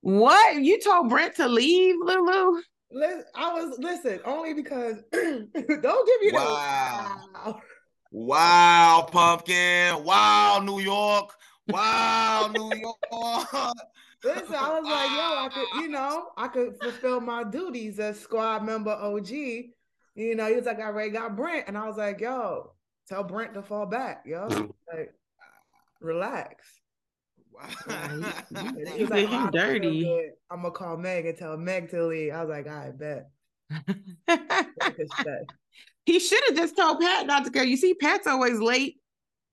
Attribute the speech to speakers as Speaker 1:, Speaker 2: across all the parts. Speaker 1: What? You told Brent to leave, Lulu?
Speaker 2: Listen, I was listen only because don't give me
Speaker 3: Wow.
Speaker 2: that. Wow.
Speaker 3: Wow, pumpkin. Wow, New York. Wow, New York.
Speaker 2: Listen, I was like, yo, I could, you know, I could fulfill my duties as squad member OG. You know, he was like, I already got Brent, and I was like, yo, tell Brent to fall back, yo, like, relax.
Speaker 3: Wow.
Speaker 1: He said
Speaker 2: "Oh,
Speaker 1: he dirty.
Speaker 2: I'm gonna call Meg and tell Meg to leave. I was like, I bet. Brent can stay.
Speaker 1: he should have just told Pat not to go. You see, Pat's always late.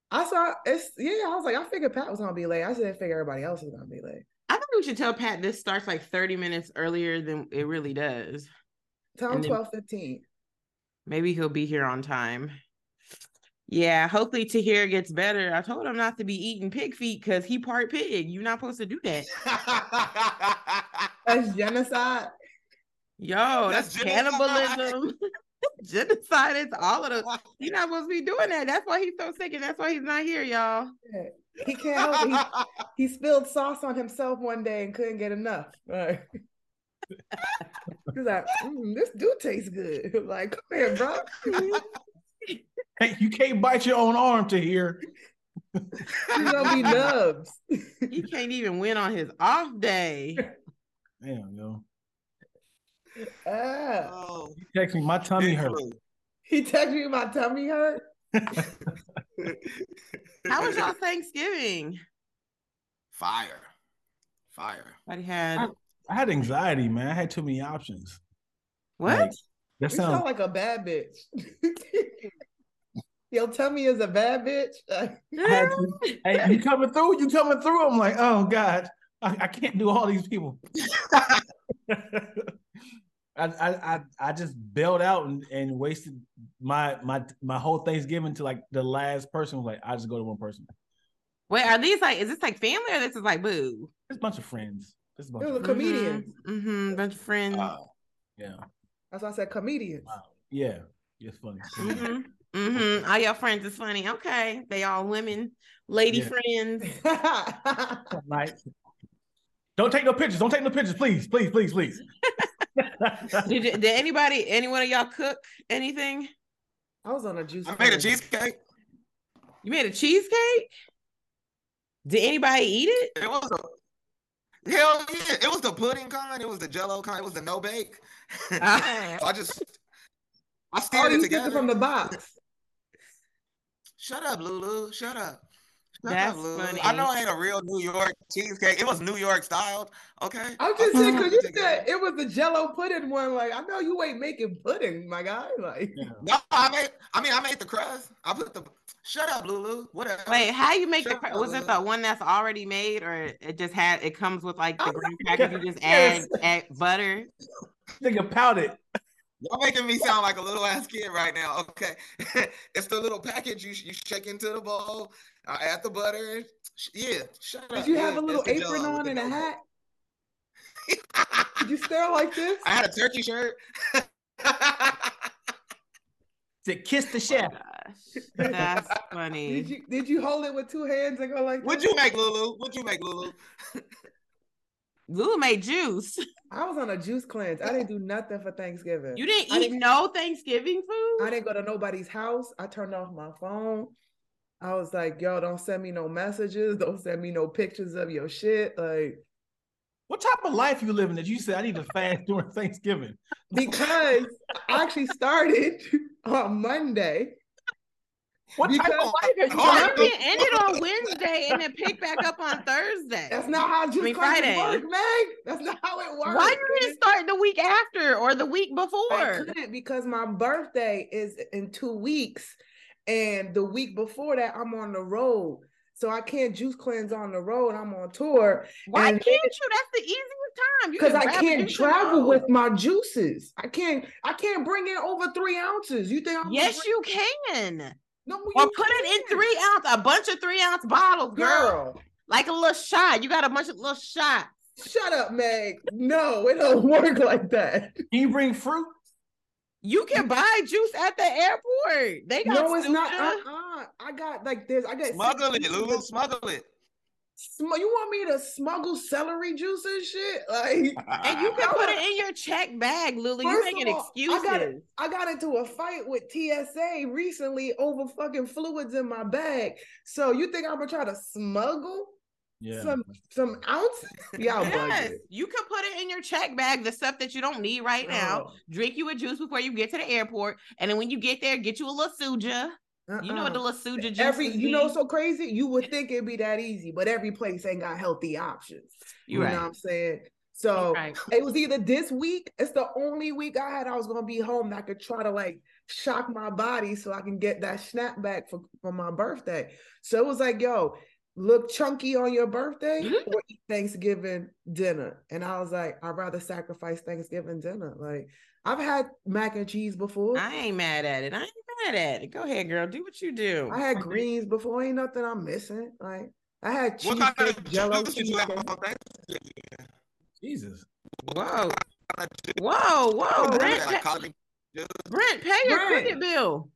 Speaker 2: I saw it's yeah. I was like, I figured Pat was gonna be late. I just didn't figure everybody else was gonna be late.
Speaker 1: I think we should tell Pat this starts like 30 minutes earlier than it really does.
Speaker 2: Tell him
Speaker 1: And then-
Speaker 2: twelve fifteen.
Speaker 1: Maybe he'll be here on time. Yeah, hopefully Tahir gets better. I told him not to be eating pig feet because he part pig. You're not supposed to do that.
Speaker 2: That's genocide.
Speaker 1: Yo, that's,
Speaker 3: That's genocide.
Speaker 1: cannibalism. genocide. It's all of those. You're not supposed to be doing that. That's why he's so sick, and that's why he's not here, y'all.
Speaker 2: He can't help it. He he spilled sauce on himself one day and couldn't get enough. Like, he's like, "Mm, this do taste good. Like, come here, bro.
Speaker 4: Hey, you can't bite your own arm to hear.
Speaker 2: You're gonna be nubs.
Speaker 1: He can't even win on his off day.
Speaker 4: Damn, yo.
Speaker 2: Ah.
Speaker 3: Oh,
Speaker 4: Text me, my tummy hurts.
Speaker 2: He texted me my tummy hurt.
Speaker 1: How was y'all Thanksgiving?
Speaker 3: Fire. Fire.
Speaker 1: Everybody had
Speaker 4: I had anxiety, man. I had too many options.
Speaker 1: what?
Speaker 4: Like, that
Speaker 2: You sound
Speaker 4: sounds
Speaker 2: like a bad bitch. Your tummy is a bad bitch. Like,
Speaker 4: I had to- hey, you coming through? You coming through? I'm like, oh God, I, I can't do all these people. I, I I I just bailed out and, and wasted my my my whole Thanksgiving to like the last person. Was like, I just go to one person.
Speaker 1: Wait, are these like is this like family or this is like boo?
Speaker 4: It's a bunch of friends. It's a bunch
Speaker 2: it was a
Speaker 4: of
Speaker 2: comedian.
Speaker 1: Mm-hmm. Bunch of friends.
Speaker 4: Uh,
Speaker 3: Wow.
Speaker 4: yeah,
Speaker 2: That's why I said comedians.
Speaker 4: wow, yeah. It's funny.
Speaker 1: hmm hmm All your friends is funny. Okay. They all women, lady
Speaker 4: Yeah.
Speaker 1: friends.
Speaker 4: Like, don't take no pictures. Don't take no pictures, please, please, please, please.
Speaker 1: Did, you- did anybody, any one of y'all cook anything?
Speaker 2: I was on a juice.
Speaker 3: I made a
Speaker 2: cleanse.
Speaker 3: cheesecake.
Speaker 1: You made a cheesecake? Did anybody eat it?
Speaker 3: It was a hell yeah. It was the pudding kind. It was the jello kind. It was the no bake.
Speaker 1: Ah.
Speaker 3: So I just I
Speaker 2: Oh,
Speaker 3: stared it
Speaker 2: you took it
Speaker 3: together.
Speaker 2: from the box.
Speaker 3: Shut up, Lulu. Shut up. Shut
Speaker 1: That's
Speaker 3: up, Lulu. I
Speaker 1: funny.
Speaker 3: know it ain't a real New York cheesecake. It was New York styled. Okay.
Speaker 2: I'm just saying,
Speaker 3: I
Speaker 2: because you
Speaker 3: stared it
Speaker 2: said
Speaker 3: together.
Speaker 2: it was the jello pudding one. Like, I know you ain't making pudding, my guy. Like,
Speaker 3: No, I made I mean I made the crust. I put the shut up, Lulu. Whatever.
Speaker 1: Wait, how you make the
Speaker 3: Sure.
Speaker 1: cra- was it the one that's already made or it just had it comes with like
Speaker 2: Oh,
Speaker 1: the green package you just add,
Speaker 4: Yes.
Speaker 1: add butter?
Speaker 4: Nigga pouted.
Speaker 3: Y'all making me sound like a little ass kid right now. Okay, it's the little package you you shake into the bowl. I add the butter. Sh- Yeah, shut up.
Speaker 2: did you
Speaker 3: yeah,
Speaker 2: have a little
Speaker 3: it's the
Speaker 2: apron
Speaker 3: jello with
Speaker 2: on
Speaker 3: the
Speaker 2: and a
Speaker 3: jello.
Speaker 2: hat? Did you stare like this?
Speaker 3: I had a turkey shirt.
Speaker 4: To kiss the
Speaker 1: Oh my gosh, that's
Speaker 2: Did
Speaker 1: funny.
Speaker 2: you did you hold it with two hands and go like?
Speaker 3: What'd
Speaker 2: this?
Speaker 3: you make, Lulu? What'd you make, Lulu?
Speaker 1: Lulu made juice.
Speaker 2: I was on a juice cleanse. I didn't do nothing for Thanksgiving.
Speaker 1: You didn't
Speaker 2: I
Speaker 1: eat
Speaker 2: didn't-
Speaker 1: no Thanksgiving food?
Speaker 2: I didn't go to nobody's house. I turned off my phone. I was like, yo, don't send me no messages. Don't send me no pictures of your shit. Like,
Speaker 4: What type of life you living that you said I need to fast during Thanksgiving?
Speaker 2: because I actually started on Monday.
Speaker 4: What type
Speaker 2: Because-
Speaker 4: of life are you
Speaker 3: Hard.
Speaker 4: living?
Speaker 1: Monday ended on Wednesday and then picked back up on Thursday.
Speaker 2: That's not how juice
Speaker 1: mean,
Speaker 2: cleanses
Speaker 1: Friday.
Speaker 2: work, Meg. That's not how it works.
Speaker 1: Why you didn't start the week after or the week
Speaker 2: I
Speaker 1: before?
Speaker 2: couldn't because my birthday is in two weeks, and the week before that, I'm on the road, so I can't juice cleanse on the road. I'm on tour
Speaker 1: Why
Speaker 2: and-
Speaker 1: can't you? That's the easiest time. You
Speaker 2: because
Speaker 1: can
Speaker 2: I
Speaker 1: grab a
Speaker 2: can't
Speaker 1: juice and
Speaker 2: travel
Speaker 1: go.
Speaker 2: with my juices. I can't. I can't bring in over three ounces. You think? I'm
Speaker 1: Yes, you can.
Speaker 2: no,
Speaker 1: Or
Speaker 2: you
Speaker 1: put it in
Speaker 2: can't.
Speaker 1: three ounce, a bunch of three ounce bottles, girl.
Speaker 2: Girl,
Speaker 1: Like a little shot. You got a bunch of little shots.
Speaker 2: shut up, Meg. No, it don't work like that.
Speaker 4: Can you bring fruit?
Speaker 1: You can buy juice at the airport. They got
Speaker 2: Mm-hmm. No, it's not. uh,
Speaker 1: Suja.
Speaker 2: Uh-uh. I got like there's. I got six
Speaker 3: Smuggle it,
Speaker 2: pieces
Speaker 3: Lulu.
Speaker 2: of-
Speaker 3: Smuggle it.
Speaker 2: Sm- you want me to smuggle celery juice and shit? Like,
Speaker 1: And you can put it in your check bag, Lily. You're
Speaker 2: First of
Speaker 1: making
Speaker 2: all, I
Speaker 1: excuses.
Speaker 2: got it. I got into a fight with TSA recently over fucking fluids in my bag. So you think I'm gonna try to smuggle
Speaker 4: Yeah.
Speaker 2: some some ounces? Y'all
Speaker 1: Yes,
Speaker 2: bugging.
Speaker 1: you can put it in your check bag, the stuff that you don't need right
Speaker 2: Oh.
Speaker 1: now.
Speaker 2: Uh-uh.
Speaker 1: Drink you a juice before you get to the airport, and then when you get there, get you a little suja.
Speaker 2: No,
Speaker 1: You know what the
Speaker 2: uh-uh.
Speaker 1: little suja juice
Speaker 2: every
Speaker 1: is
Speaker 2: you know
Speaker 1: be?
Speaker 2: what's so crazy. You would think it'd be that easy, but every place ain't got healthy options.
Speaker 1: You
Speaker 2: you
Speaker 1: right.
Speaker 2: know what I'm saying? So
Speaker 1: right.
Speaker 2: it was either this week. It's the only week I had I was gonna be home that I could try to like shock my body so I can get that snapback for, for my birthday. So it was like, yo, look chunky on your birthday
Speaker 3: Mm-hmm.
Speaker 2: or eat Thanksgiving dinner. And I was like, I'd rather sacrifice Thanksgiving dinner. Like I've had mac and cheese before. I,
Speaker 1: I ain't mad at it. I ain't mad at it. Go ahead, girl. Do what you do.
Speaker 2: had greens before. Ain't nothing I'm missing. Like I had
Speaker 3: What kind
Speaker 2: cheesecake,
Speaker 3: of
Speaker 2: jello
Speaker 3: juice did you have
Speaker 2: cheesecake.
Speaker 3: on Thanksgiving?
Speaker 4: Jesus.
Speaker 1: Whoa, whoa, whoa,
Speaker 3: Oh,
Speaker 1: Brent,
Speaker 3: like
Speaker 1: pa-
Speaker 3: collard
Speaker 1: Brent, pay your
Speaker 2: Brent.
Speaker 1: credit bill.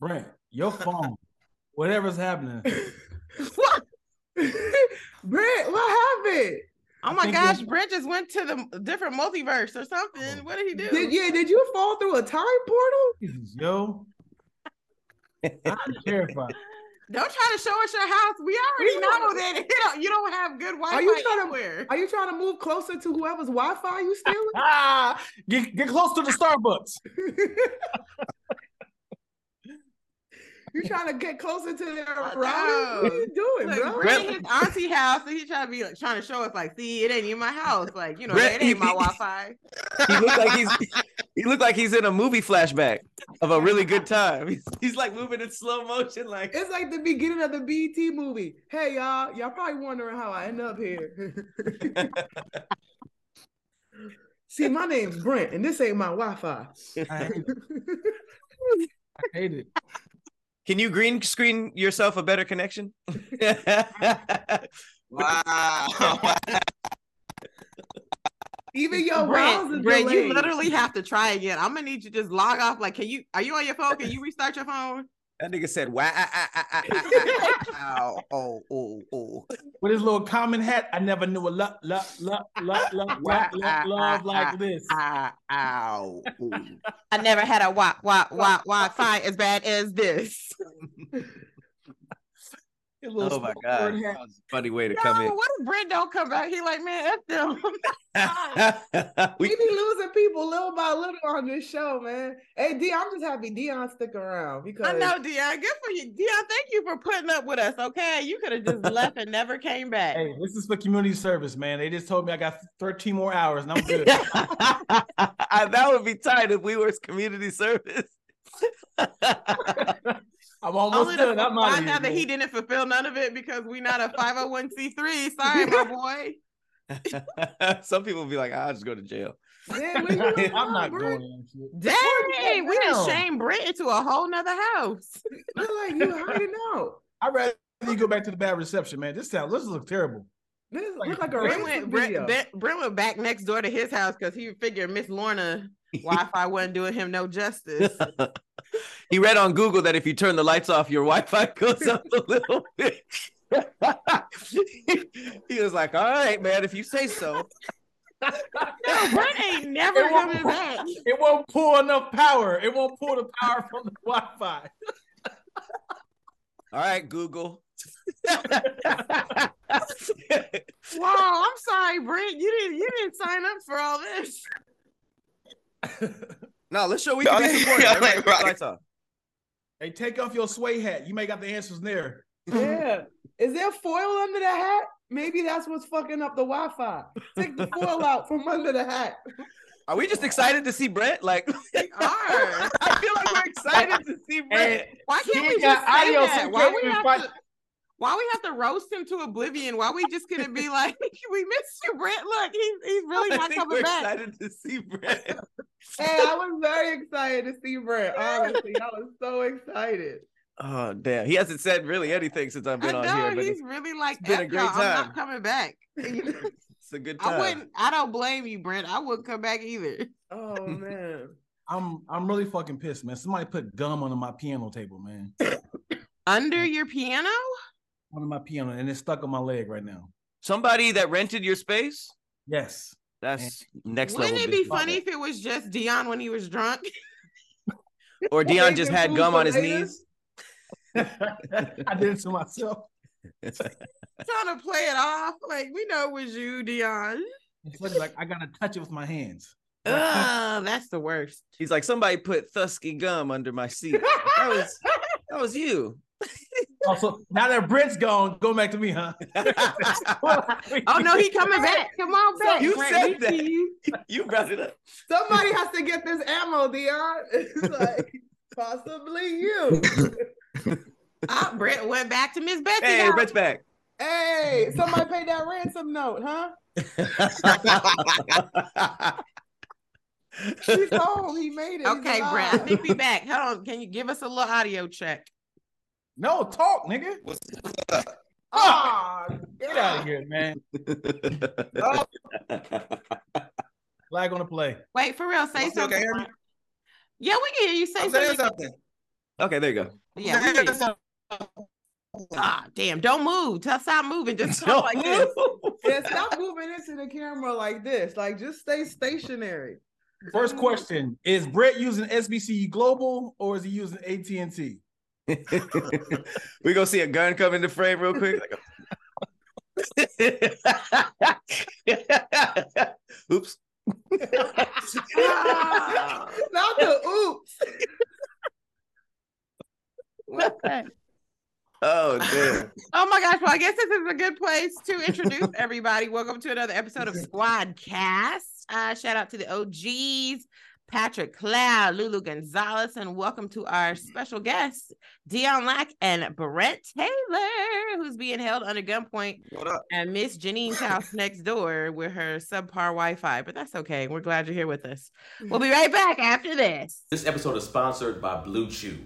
Speaker 4: Brent, your phone. Whatever's happening.
Speaker 1: What?
Speaker 2: Brent, what happened?
Speaker 1: Oh
Speaker 4: I
Speaker 1: my
Speaker 4: think
Speaker 1: gosh,
Speaker 4: it's-
Speaker 1: Brent just went to the different multiverse or something.
Speaker 4: Oh.
Speaker 1: What did he do?
Speaker 2: Did, yeah, did you fall through a time portal?
Speaker 4: Jesus, yo. I'm terrified.
Speaker 1: Don't try to show us your house. We already
Speaker 2: We
Speaker 1: know
Speaker 2: don't-
Speaker 1: that you don't, you don't have good Wi-Fi
Speaker 2: Are you trying to-
Speaker 1: anywhere.
Speaker 2: Are you trying to move closer to whoever's Wi-Fi you stealing?
Speaker 4: Ah, get, get close to the Starbucks.
Speaker 2: you trying to get closer to their
Speaker 1: I
Speaker 2: router? What are you doing,
Speaker 1: Look,
Speaker 2: bro?
Speaker 1: Brent in his auntie house, and he trying to be like trying to show us like, see, it ain't in my house. Like, you know,
Speaker 5: Brent-
Speaker 1: that ain't my Wi-Fi.
Speaker 5: He looked like he's he looked like he's in a movie flashback of a really good time. He's, he's like moving in slow motion, like
Speaker 2: It's like the beginning of the BT movie. Hey y'all, y'all probably wondering how I end up here. See, my name's Brent, and this ain't my Wi-Fi.
Speaker 4: I hate it. I hate it.
Speaker 5: Can you green screen yourself a better connection?
Speaker 3: Wow.
Speaker 2: Even your browser
Speaker 1: Brent, Brent, you
Speaker 2: delayed.
Speaker 1: literally have to try again. I'm gonna need you to just log off. Like, can you are you on your phone? Can you restart your phone?
Speaker 5: that nigga said, "Wow, ah, ah, ah, ah, ah, ah, ow, oh, oh, oh."
Speaker 4: With his little common hat, I never knew a love, love, love, love, love, love, love, love like this.
Speaker 5: Ah, ow, ooh.
Speaker 1: I never had a wa wa wa Wi-Fi as bad as this.
Speaker 4: His little
Speaker 5: Oh my
Speaker 4: small
Speaker 5: god,
Speaker 4: bird
Speaker 5: that
Speaker 4: hat.
Speaker 5: was a funny way to
Speaker 1: No,
Speaker 5: come
Speaker 1: what if Brent don't come back? He like, man, F them.
Speaker 5: in.
Speaker 2: We
Speaker 5: we,
Speaker 2: be losing people little by little on this show, man. Hey, D, I'm just happy Dion stick around because
Speaker 1: I know, Dion. Good for you, Dion. Thank you for putting up with us. Okay, you could have just left and never came back.
Speaker 4: Hey, this is for community service, man. They just told me I got 13 more hours and I'm good.
Speaker 5: that would be tight if we were community service.
Speaker 4: I'm almost
Speaker 1: Only to
Speaker 4: done. I'm out
Speaker 1: find
Speaker 4: of here.
Speaker 1: out that he
Speaker 4: man.
Speaker 1: didn't fulfill none of it because we not a 501c3. Sorry, my boy.
Speaker 5: Some people be like, I'll just go to jail.
Speaker 2: man, where you live
Speaker 4: I'm not
Speaker 2: from,
Speaker 4: going
Speaker 2: Brent?
Speaker 4: on shit.
Speaker 1: Dang, we done
Speaker 4: hell?
Speaker 1: shame Brent into a whole nother house.
Speaker 2: Look like you hiding out.
Speaker 4: I'd rather you go back to the bad reception, man. This sounds this looks terrible.
Speaker 2: This look like a
Speaker 1: Brent
Speaker 2: racist
Speaker 1: went, Brent,
Speaker 2: video.
Speaker 1: Brent, Brent went back next door to his house because he figured Miss Lorna Wi-Fi wasn't doing him no justice.
Speaker 5: he read on Google that if you turn the lights off, your Wi-Fi goes up a little bit. he was like, "All right, man, if you say so."
Speaker 1: No, Brent ain't never
Speaker 4: It won't-
Speaker 1: coming back.
Speaker 4: It won't pull enough power. It won't pull the power from the Wi-Fi.
Speaker 5: All right, Google.
Speaker 1: Wow, I'm sorry, Brent. You didn't you didn't sign up for all this.
Speaker 5: no, let's show we can be supportive. Everybody turn the lights off.
Speaker 4: Hey, take off your sway hat. You may got the answers there.
Speaker 2: yeah. Is there foil under the hat? Maybe that's what's fucking up the Wi-Fi. Take the foil out from under the hat.
Speaker 5: Are we just excited to see Brett? Like,
Speaker 1: Arr.
Speaker 5: I feel like we're excited to see Brett.
Speaker 1: Why
Speaker 4: He
Speaker 1: can't we
Speaker 4: ain't
Speaker 1: just
Speaker 4: got
Speaker 1: say
Speaker 4: audio, so
Speaker 1: that?
Speaker 4: he
Speaker 1: Why
Speaker 4: can't
Speaker 1: we
Speaker 4: even
Speaker 1: have
Speaker 4: fight-
Speaker 1: to why we have to roast him to oblivion? Why we just gonna be like, we missed you, Brent? Look, he's he's really
Speaker 5: I
Speaker 1: not
Speaker 5: think we're
Speaker 1: coming back.
Speaker 5: excited to see Brett.
Speaker 2: Hey, I was very excited to see Brent. Honestly, I was so excited.
Speaker 5: Oh damn, he hasn't said really anything since I've
Speaker 1: I
Speaker 5: been on here,
Speaker 1: know
Speaker 5: but
Speaker 1: he's
Speaker 5: it's,
Speaker 1: really like
Speaker 5: it's been a
Speaker 1: "F y'all, I'm
Speaker 5: great time."
Speaker 1: not coming back.
Speaker 5: it's a good
Speaker 1: I
Speaker 5: time.
Speaker 1: wouldn't I don't blame you, Brent. I wouldn't come back either.
Speaker 2: Oh man.
Speaker 4: I'm I'm really fucking
Speaker 5: Mm.
Speaker 4: pissed, man. Somebody put gum under my piano table, man.
Speaker 1: Under your piano?
Speaker 4: under my piano and it's stuck on my leg right now.
Speaker 5: Somebody that rented your space?
Speaker 4: Yes.
Speaker 5: That's next
Speaker 1: Wouldn't
Speaker 5: level.
Speaker 1: it be
Speaker 5: bitch.
Speaker 1: funny if it was just Dion when he was drunk?
Speaker 5: Or Dion
Speaker 2: Making
Speaker 5: just had
Speaker 2: food
Speaker 5: gum
Speaker 2: for
Speaker 5: on his
Speaker 2: later?
Speaker 5: knees.
Speaker 4: I did it to myself.
Speaker 1: trying to play it off. Like we know it was you, Dion.
Speaker 4: It's looking like I gotta touch it with my hands.
Speaker 1: Ugh, that's the worst.
Speaker 5: He's like, somebody put Thusky gum under my seat. that was that was you.
Speaker 4: Also, Oh, now that Brent's gone, go back to me, huh?
Speaker 1: Oh no, he coming back. Come on back.
Speaker 5: You
Speaker 1: Brent.
Speaker 5: said
Speaker 1: We
Speaker 5: that.
Speaker 1: see you.
Speaker 5: you brought it up.
Speaker 2: Somebody has to get this ammo, Dion. It's like possibly you.
Speaker 1: Ah, Brent went back to Miss Betsy.
Speaker 5: Hey,
Speaker 1: house.
Speaker 5: Brett's back.
Speaker 2: hey, somebody paid that ransom note, huh? She's home. He made it. He's
Speaker 1: okay, Brent. I
Speaker 2: alive.
Speaker 1: think we back. Hold on. Can you give us a little audio check?
Speaker 4: no, talk, nigga.
Speaker 2: Oh, Aw,
Speaker 4: Get out of here, man. Flag on the play.
Speaker 1: Wait, for real. Say
Speaker 3: Y'all still
Speaker 1: something.
Speaker 3: can hear me?
Speaker 1: Brent. Yeah, we can hear you. Say
Speaker 3: I'm saying
Speaker 1: something.
Speaker 3: something.
Speaker 5: okay, there you go.
Speaker 1: Yeah, we hear you. Ah, damn. Don't move. Just stop moving. Just
Speaker 5: No.
Speaker 1: talk like this.
Speaker 2: Yeah, stop moving into the camera like this. Like, just stay stationary.
Speaker 4: First question: Is Brett using SBC Global or is he using AT and T?
Speaker 5: we gonna see a gun come into frame real quick. Like- Oops.
Speaker 1: Ah,
Speaker 2: Not the oops.
Speaker 1: what's that?
Speaker 5: Oh damn.
Speaker 1: Oh my gosh. Well, I guess this is a good place to introduce everybody. Welcome to another episode of Squad Cast. Uh, shout out to the OGs, Patrick Cloud, Lulu Gonzalez, and welcome to our special guests, Dion Lack and Brent Taylor, who's being held under gunpoint
Speaker 3: What up?
Speaker 1: at Miss Janine's house next door with her subpar Wi Fi. But that's okay. We're glad you're here with us. We'll be right back after this.
Speaker 6: This episode is sponsored by Blue Chew.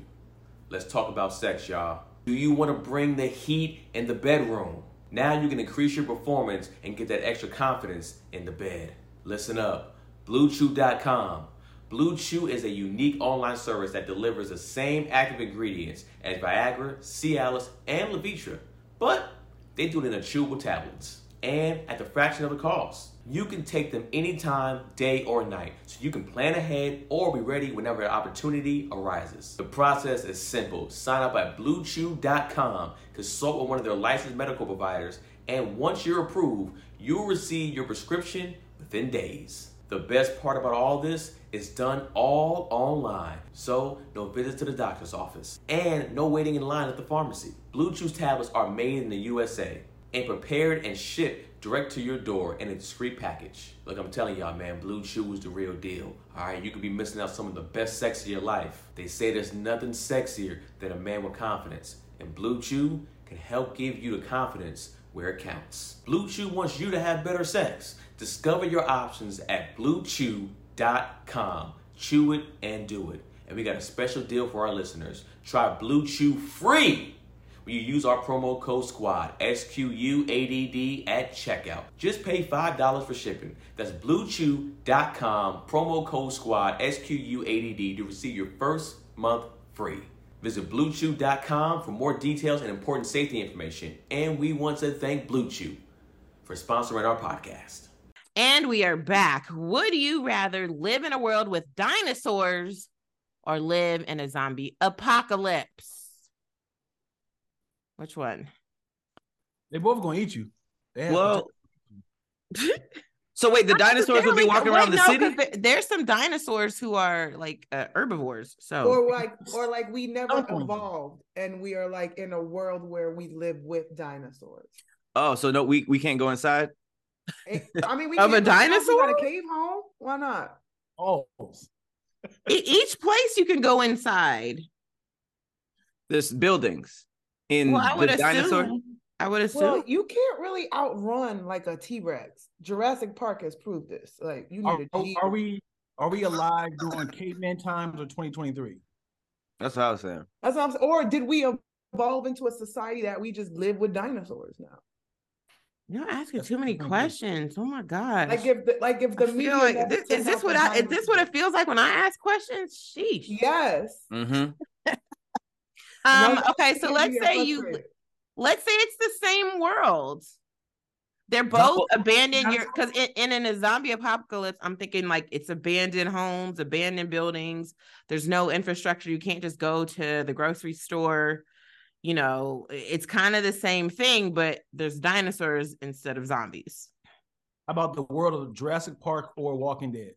Speaker 6: Let's talk about sex, y'all. Do you want to bring the heat in the bedroom? Now you can increase your performance and get that extra confidence in the bed. Listen up BlueChew.com. Blue Chew is a unique online service that delivers the same active ingredients as Viagra, Cialis, and Levitra, but they do it in chewable tablets and at the fraction of the cost. You can take them anytime, day or night, so you can plan ahead or be ready whenever an opportunity arises. The process is simple. Sign up at bluechew.com, consult with one of their licensed medical providers, and once you're approved, you'll receive your prescription within days. The best part about all this is done all online, so no visits to the doctor's office and no waiting in line at the pharmacy. Blue Chew tablets are made in the USA and prepared and shipped direct to your door in a discreet package. Look, I'm telling y'all, man, Blue Chew is the real deal. All right, you could be missing out some of the best sex of your life. They say there's nothing sexier than a man with confidence, and Blue Chew can help give you the confidence where it counts. Blue Chew wants you to have better sex. Discover your options at bluechew.com. Chew it and do it. And we got a special deal for our listeners. Try Blue Chew free when you use our promo code SQUAD, S Q U A D D, at checkout. Just pay $5 for shipping. That's bluechew.com, promo code SQUAD, S Q U A D D, to receive your first month free. Visit bluechew.com for more details and important safety information. And we want to thank Blue Chew for sponsoring our podcast.
Speaker 1: And we are back. Would you rather live in a world with dinosaurs or live in a zombie apocalypse? Which one?
Speaker 4: They both gonna eat you. They have-
Speaker 5: Well. So wait, the dinosaurs would be walking around the
Speaker 1: Wait, no, 'cause
Speaker 5: city?
Speaker 1: there- There's some dinosaurs who are like uh, herbivores. So
Speaker 2: Or like, or like we never
Speaker 1: Oh.
Speaker 4: Don't.
Speaker 2: evolved, and we are like in a world where we live with dinosaurs.
Speaker 5: Oh, so no, we, we can't go inside.
Speaker 2: It- I mean, we
Speaker 1: Of a
Speaker 2: can't go out, We
Speaker 1: dinosaur?
Speaker 2: got a cave home. Why not?
Speaker 4: Oh,
Speaker 1: e- each place you can go inside.
Speaker 5: There's buildings in
Speaker 1: Well, I would
Speaker 5: the dinosaur.
Speaker 1: assume. I would assume.
Speaker 2: Well, you can't really outrun like a T Rex. Jurassic Park has proved this. Like, you
Speaker 4: are,
Speaker 2: need a
Speaker 4: are-
Speaker 2: Jeep.
Speaker 4: are we are we alive during caveman times or 2023?
Speaker 5: That's what I was saying.
Speaker 2: That's what I'm saying. Or did we evolve into a society that we just live with dinosaurs now?
Speaker 1: You're asking
Speaker 4: That's
Speaker 1: too many
Speaker 4: what I'm thinking.
Speaker 1: questions. Oh my god!
Speaker 2: Like if the, like if the
Speaker 1: I
Speaker 2: media
Speaker 1: feel like
Speaker 2: never
Speaker 1: this,
Speaker 2: took
Speaker 1: is this
Speaker 2: off
Speaker 1: what
Speaker 2: the
Speaker 1: I is this what it
Speaker 2: dinosaurs.
Speaker 1: feels like when I ask questions? Sheesh.
Speaker 2: Yes.
Speaker 5: Mm-hmm.
Speaker 1: Um.
Speaker 2: No,
Speaker 1: okay. So Um,
Speaker 2: can't
Speaker 1: let's
Speaker 2: be
Speaker 1: say you
Speaker 2: frustrated.
Speaker 1: Let's say it's the same world. They're both
Speaker 5: Double-
Speaker 1: abandoned your because in, in in a zombie apocalypse, I'm thinking like it's abandoned homes, abandoned buildings. There's no infrastructure. You can't just go to the grocery store. You know, i- it's kind of the same thing, but there's dinosaurs instead of zombies.
Speaker 4: How about the world of Jurassic Park or Walking Dead?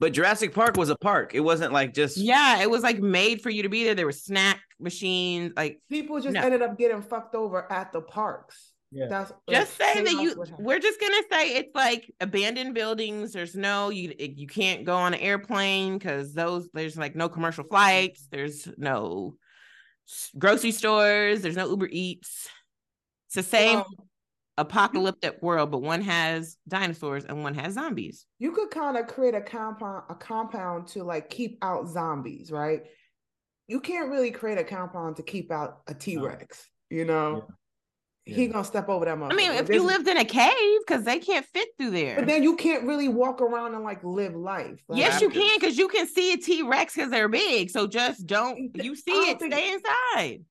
Speaker 5: But Jurassic Park was a park. It wasn't like just
Speaker 1: Yeah, it was like made for you to be there. There were snack machines. Like
Speaker 2: People just
Speaker 1: No.
Speaker 2: ended up getting fucked over at the parks.
Speaker 4: Yeah.
Speaker 2: That's
Speaker 1: just say that
Speaker 2: chaos
Speaker 1: you.
Speaker 2: would happen.
Speaker 1: We're just gonna say it's like abandoned buildings. There's no you. You can't go on an airplane because those there's like no commercial flights. There's no s- grocery stores. There's no Uber Eats. It's the same
Speaker 2: Um,
Speaker 1: apocalyptic world, but one has dinosaurs and one has zombies.
Speaker 2: you could kind of create a compound a compound to like keep out zombies right you can't really create a compound to keep out a t-rex you know he
Speaker 4: Yeah.
Speaker 2: gonna step over that
Speaker 1: I mean,
Speaker 2: motherfucker.
Speaker 1: if you
Speaker 2: There's-
Speaker 1: lived in a cave, because they can't fit through there.
Speaker 2: but then you can't really walk around and like live life Like,
Speaker 1: yes, you
Speaker 3: Raptors.
Speaker 1: can because you can see a T Rex because they're big. So just don't you see
Speaker 2: don't
Speaker 1: it,
Speaker 2: think-
Speaker 1: stay inside.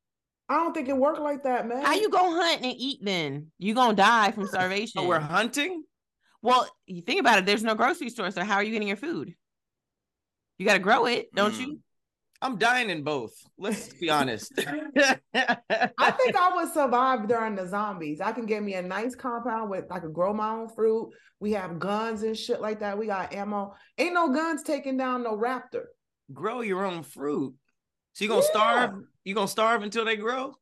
Speaker 2: i don't think it worked like that man
Speaker 1: How you gonna hunt and eat then? You gonna die from starvation.
Speaker 5: oh, we're hunting.
Speaker 1: well, you think about it, there's no grocery store, so how are you getting your food? You gotta grow it, don't you?
Speaker 5: I'm dying in both. Let's be honest.
Speaker 2: i think i would survive during the zombies i can get me a nice compound with i could grow my own fruit we have guns and shit like that we got ammo ain't no guns taking down no raptor
Speaker 5: grow your own fruit. So you gonna
Speaker 2: Yeah.
Speaker 5: starve? You gonna starve until they grow?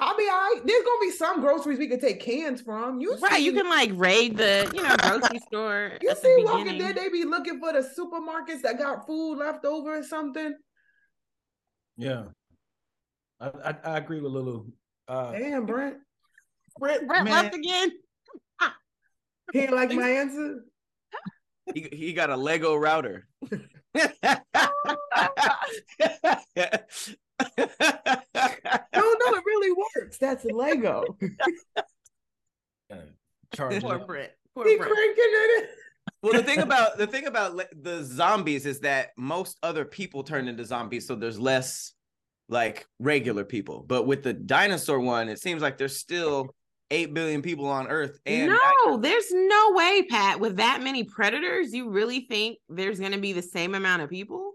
Speaker 2: I'll be all right. There's gonna be some groceries we could take cans from. You
Speaker 1: Right. You
Speaker 2: see-
Speaker 1: can like raid the, you know, grocery store.
Speaker 2: you
Speaker 1: at the
Speaker 2: see Walking
Speaker 1: beginning.
Speaker 2: Dead, they be looking for the supermarkets that got food left over or something.
Speaker 4: Yeah, I I, I agree with Lulu. Uh,
Speaker 2: Damn, Brent.
Speaker 4: Brett,
Speaker 1: Brett
Speaker 4: man,
Speaker 1: left again.
Speaker 2: He ain't like my answer.
Speaker 5: He, he got a Lego router.
Speaker 2: No, no, it really works. That's Lego. he
Speaker 4: charge it
Speaker 1: Poor
Speaker 4: up.
Speaker 1: Brett. Poor
Speaker 2: cranking
Speaker 1: Brett.
Speaker 2: it.
Speaker 5: well, the thing about the thing about le- the zombies is that most other people turn into zombies, so there's less like regular people. But with the dinosaur one, it seems like there's still eight billion people on Earth, and
Speaker 1: no, there's no way, Pat. With that many predators, you really think there's going to be the same amount of people?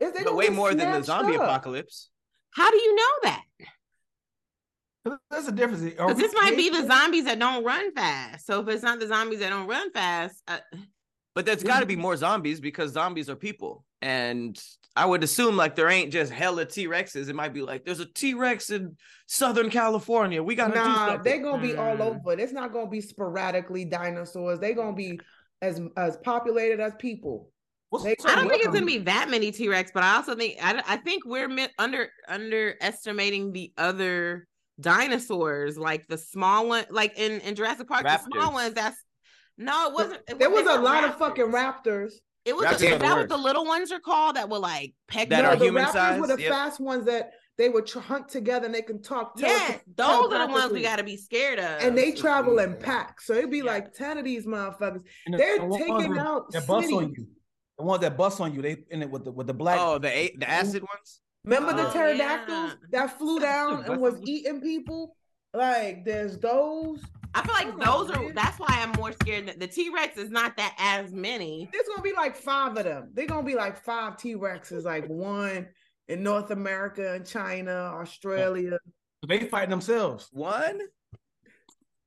Speaker 2: in. Is they
Speaker 5: but
Speaker 2: gonna
Speaker 5: way
Speaker 2: get
Speaker 5: more than the
Speaker 2: snatched
Speaker 5: zombie
Speaker 2: up?
Speaker 5: apocalypse.
Speaker 1: How do you know that?
Speaker 4: That's a difference. Are
Speaker 1: Because
Speaker 4: we
Speaker 1: this might be the
Speaker 4: kidding?
Speaker 1: zombies that don't run fast. So if it's not the zombies that don't run fast, uh,
Speaker 5: But there's got to be more zombies because zombies are people. And I would assume like there ain't just hella T Rexes. It might be like there's a T Rex in Southern California. We got to do
Speaker 2: Nah,
Speaker 5: something. Mm.
Speaker 2: they gonna be all
Speaker 1: Hmm.
Speaker 2: over. It's not gonna be sporadically dinosaurs. They gonna be as as populated as people.
Speaker 4: What's-
Speaker 2: They-
Speaker 1: I don't think it's
Speaker 4: welcome.
Speaker 1: going to be that many T Rex. But I also think I, I think we're mi- under underestimating the other dinosaurs, like the small one, like in in Jurassic Park, the small
Speaker 5: Raptors.
Speaker 1: ones. That's no, it wasn't. it
Speaker 2: There
Speaker 1: wa-
Speaker 2: was
Speaker 1: they
Speaker 2: a
Speaker 1: were
Speaker 2: lot of fucking
Speaker 1: raptors.
Speaker 2: raptors.
Speaker 1: It was
Speaker 5: Raptors
Speaker 1: a,
Speaker 5: are
Speaker 1: is
Speaker 5: the
Speaker 1: that what
Speaker 5: worst.
Speaker 1: the little ones are called that will like peck
Speaker 5: That
Speaker 1: you
Speaker 5: are
Speaker 1: up?
Speaker 2: the
Speaker 5: human
Speaker 2: raptors were
Speaker 5: size,
Speaker 2: the
Speaker 5: yep.
Speaker 2: fast ones that they would tr- hunt together and they can talk. tele-
Speaker 1: Yes, those are the ones we
Speaker 2: telepathically.
Speaker 1: got to be scared of.
Speaker 2: And they travel in
Speaker 3: Yeah.
Speaker 2: packs, so it'd be
Speaker 1: Yeah.
Speaker 2: like ten of these motherfuckers.
Speaker 4: And the-
Speaker 2: They're
Speaker 4: the ones
Speaker 2: taking
Speaker 4: that-
Speaker 2: out
Speaker 4: that bust on
Speaker 2: cities.
Speaker 4: you. The ones that bust on you, they in it with the with the black.
Speaker 5: oh, the a- the acid ones.
Speaker 2: Remember the
Speaker 1: Oh,
Speaker 2: pterodactyls
Speaker 1: yeah.
Speaker 2: that flew down and
Speaker 4: Bust
Speaker 2: was
Speaker 4: on
Speaker 2: eating people? Like there's those.
Speaker 1: I feel like
Speaker 2: Come on,
Speaker 1: those are.
Speaker 2: man.
Speaker 1: That's why I'm more scared. That the T Rex is not that as many.
Speaker 2: There's gonna be like five of them. They're gonna be like five T Rexes, like one in North America and China, Australia.
Speaker 4: They fighting themselves.
Speaker 5: One?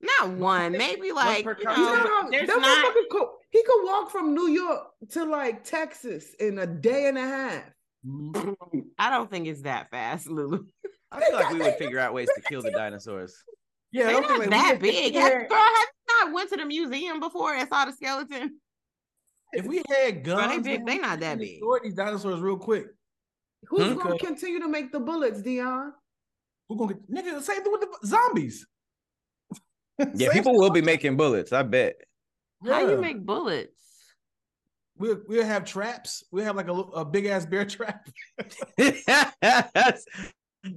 Speaker 1: Not one, maybe like
Speaker 5: per
Speaker 1: you
Speaker 4: Oh,
Speaker 2: You
Speaker 5: country.
Speaker 1: know,
Speaker 2: know how-
Speaker 1: there's
Speaker 2: that
Speaker 1: not.
Speaker 2: motherfucker could- he could walk from New York to like Texas in a day and a half.
Speaker 1: I don't think it's that fast, Lulu.
Speaker 5: I feel like we would figure out ways to kill the dinosaurs.
Speaker 4: Yeah,
Speaker 1: They're
Speaker 4: don't think
Speaker 1: not that
Speaker 4: they-
Speaker 1: big. Have,
Speaker 4: Yeah.
Speaker 1: girl, have you not went to the museum before and saw the skeleton?
Speaker 4: If we had guns,
Speaker 1: big-
Speaker 4: man,
Speaker 1: they
Speaker 4: we
Speaker 1: not that
Speaker 4: could
Speaker 1: big.
Speaker 4: destroy These dinosaurs real quick.
Speaker 2: Who's
Speaker 5: Hmm?
Speaker 2: gonna continue to make the bullets, Dion?
Speaker 4: We're gonna get nigga the same thing with the zombies.
Speaker 5: Yeah,
Speaker 4: Same
Speaker 5: people
Speaker 4: shit.
Speaker 5: will be making bullets. I bet.
Speaker 1: How do
Speaker 4: Yeah.
Speaker 1: you make bullets?
Speaker 4: We'll we'll have traps. We'll have like a, little- a big ass bear trap.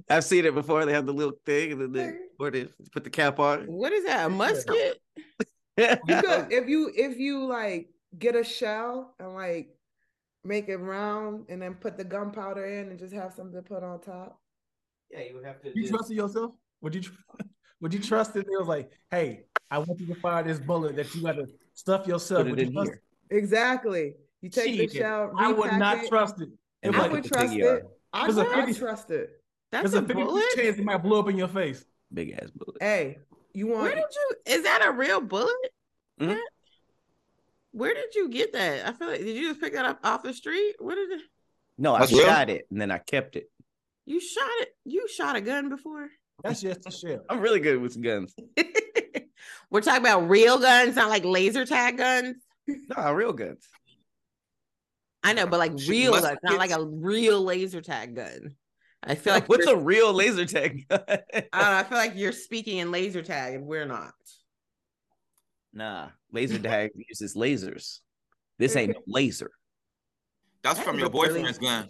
Speaker 5: I've seen it before. They have the little thing and then they, or they put the cap on.
Speaker 1: What is that? A musket?
Speaker 2: You could, if you if you like get a shell and like make it round and then put the gunpowder in and just have something to put on top.
Speaker 5: Yeah, you would have to.
Speaker 4: You
Speaker 5: just-
Speaker 4: trusted yourself? Would you tr- would you trust it? It was like, hey, I want you to fire this bullet that you got to stuff yourself.
Speaker 5: Put it
Speaker 4: Would you
Speaker 5: in
Speaker 4: trust
Speaker 5: here.
Speaker 2: Exactly. You take the
Speaker 4: Shit.
Speaker 2: shell.
Speaker 4: I would
Speaker 2: repack
Speaker 4: not
Speaker 2: it.
Speaker 4: trust it.
Speaker 5: and
Speaker 4: I
Speaker 5: look
Speaker 4: would
Speaker 5: at the
Speaker 2: trust
Speaker 5: big
Speaker 2: it.
Speaker 5: yard.
Speaker 2: I
Speaker 4: There's a
Speaker 2: would not
Speaker 4: 50
Speaker 2: trust it.
Speaker 1: That's
Speaker 4: There's
Speaker 1: a
Speaker 4: a 50
Speaker 1: bullet.
Speaker 4: chance it might blow up in your face.
Speaker 5: Big ass bullet.
Speaker 2: Hey, you want?
Speaker 1: Where did you? Is that a real bullet?
Speaker 5: Mhm.
Speaker 1: Matt? Where did you get that? I feel like did you just pick that up off the street? Where did it,
Speaker 5: No, I
Speaker 3: That's real?
Speaker 5: shot it and then I kept it.
Speaker 1: you shot it? You shot a gun before?
Speaker 4: That's just a shell.
Speaker 5: I'm really good with guns.
Speaker 1: We're talking about real guns, not like laser tag guns.
Speaker 5: No, real guns.
Speaker 1: I know, but like
Speaker 3: She
Speaker 1: real
Speaker 3: must
Speaker 1: guns, not
Speaker 3: get-
Speaker 1: like a real laser tag gun. I feel like
Speaker 5: What's
Speaker 1: you're-
Speaker 5: a real laser tag gun?
Speaker 1: I, don't know, I feel like you're speaking in laser tag, and we're not.
Speaker 5: nah, laser tag uses lasers. This ain't no laser.
Speaker 3: That's
Speaker 1: That
Speaker 3: from
Speaker 1: is
Speaker 3: your
Speaker 1: a really-
Speaker 3: boyfriend's gun.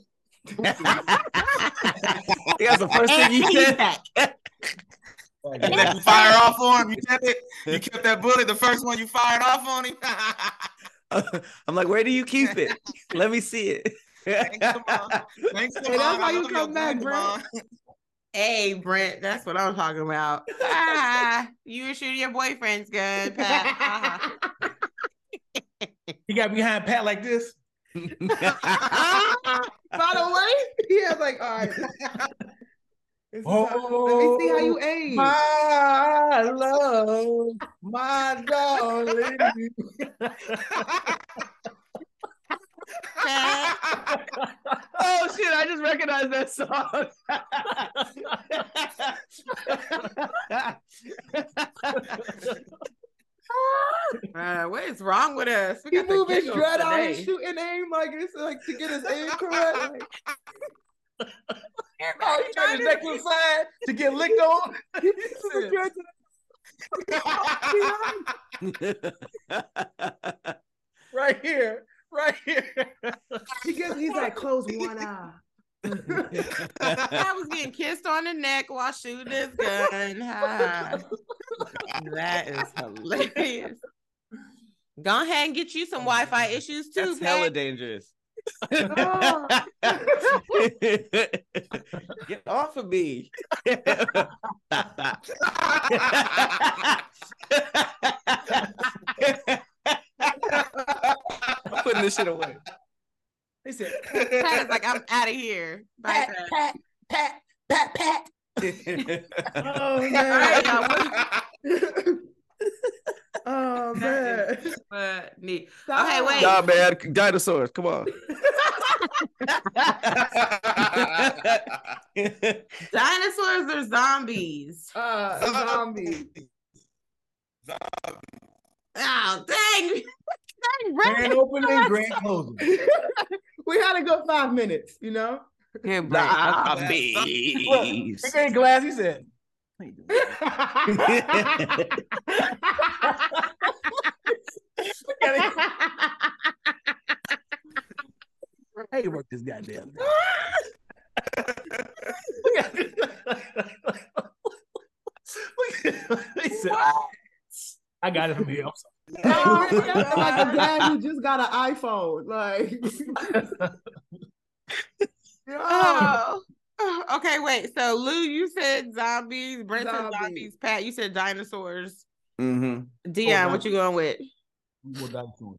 Speaker 5: That's the first thing you said.
Speaker 3: You
Speaker 4: Like,
Speaker 3: let you fire off on him. You kept it. You kept that bullet, the first one you fired off on him.
Speaker 5: I'm like, where do you keep it? Let me see it.
Speaker 3: Thanks, Amon. Thanks,
Speaker 2: Hey, that's
Speaker 3: Amon.
Speaker 2: how
Speaker 3: I
Speaker 2: you
Speaker 3: love
Speaker 2: come
Speaker 3: your
Speaker 2: back,
Speaker 3: gun,
Speaker 2: bro.
Speaker 3: Amon.
Speaker 1: Hey, Brent, that's what I'm talking about. Ah, you were shooting your boyfriend's gun, Pat. Ah.
Speaker 4: he got behind Pat like this.
Speaker 1: Uh-huh.
Speaker 2: By the way, yeah, it's like all right. This is how- Let me
Speaker 4: Oh,
Speaker 2: see how you aim.
Speaker 4: My love, my darling.
Speaker 1: Pat.
Speaker 5: oh shit! I just recognized that song.
Speaker 1: Uh, what is wrong with us? We
Speaker 2: He
Speaker 1: got the
Speaker 2: move his
Speaker 1: giggles
Speaker 2: dread out and
Speaker 1: today.
Speaker 2: shoot and aim like this, like to get his aim correct. Like, oh, he turned his neck to the side.
Speaker 4: to get licked on.
Speaker 2: He pushes his dread to the side.
Speaker 4: right here, right here.
Speaker 2: He gets, he's like, close one eye.
Speaker 1: I was getting kissed on the neck while shooting this gun. Ah, that is hilarious. Go ahead and get you some Wi-Fi issues too,
Speaker 5: Oh, That's hella
Speaker 1: Pat.
Speaker 5: dangerous.
Speaker 2: Oh.
Speaker 5: Get off of me. I'm putting this shit away.
Speaker 4: They said,
Speaker 1: Pat is like, I'm out of here. Bye, Pat.
Speaker 2: Oh
Speaker 1: All right,
Speaker 2: man.
Speaker 1: y'all. What do you
Speaker 2: Oh man.
Speaker 1: uh, need?
Speaker 2: Stop.
Speaker 1: Okay, wait.
Speaker 5: nah, man. Dinosaurs. Come on.
Speaker 1: Dinosaurs or zombies?
Speaker 2: Uh, zombie.
Speaker 1: Oh, dang. dang
Speaker 4: grand
Speaker 1: Brent.
Speaker 4: opening, grand closing.
Speaker 2: We had a good five minutes, you know.
Speaker 1: Good, Brent.
Speaker 5: Zombies.
Speaker 4: He said glass. He said,
Speaker 5: Mm-hmm.
Speaker 4: "Hey, work this goddamn." thing." He said, I got it from here. I'm sorry.
Speaker 1: Oh,
Speaker 2: like a dad who just got an iPhone. Like,
Speaker 1: Oh. Oh, Okay, wait. So Lou, you said zombies. Brent said
Speaker 2: Zombies.
Speaker 1: zombies. Pat, you said dinosaurs.
Speaker 5: hmm
Speaker 1: Dion, what you going with?
Speaker 4: We will die soon.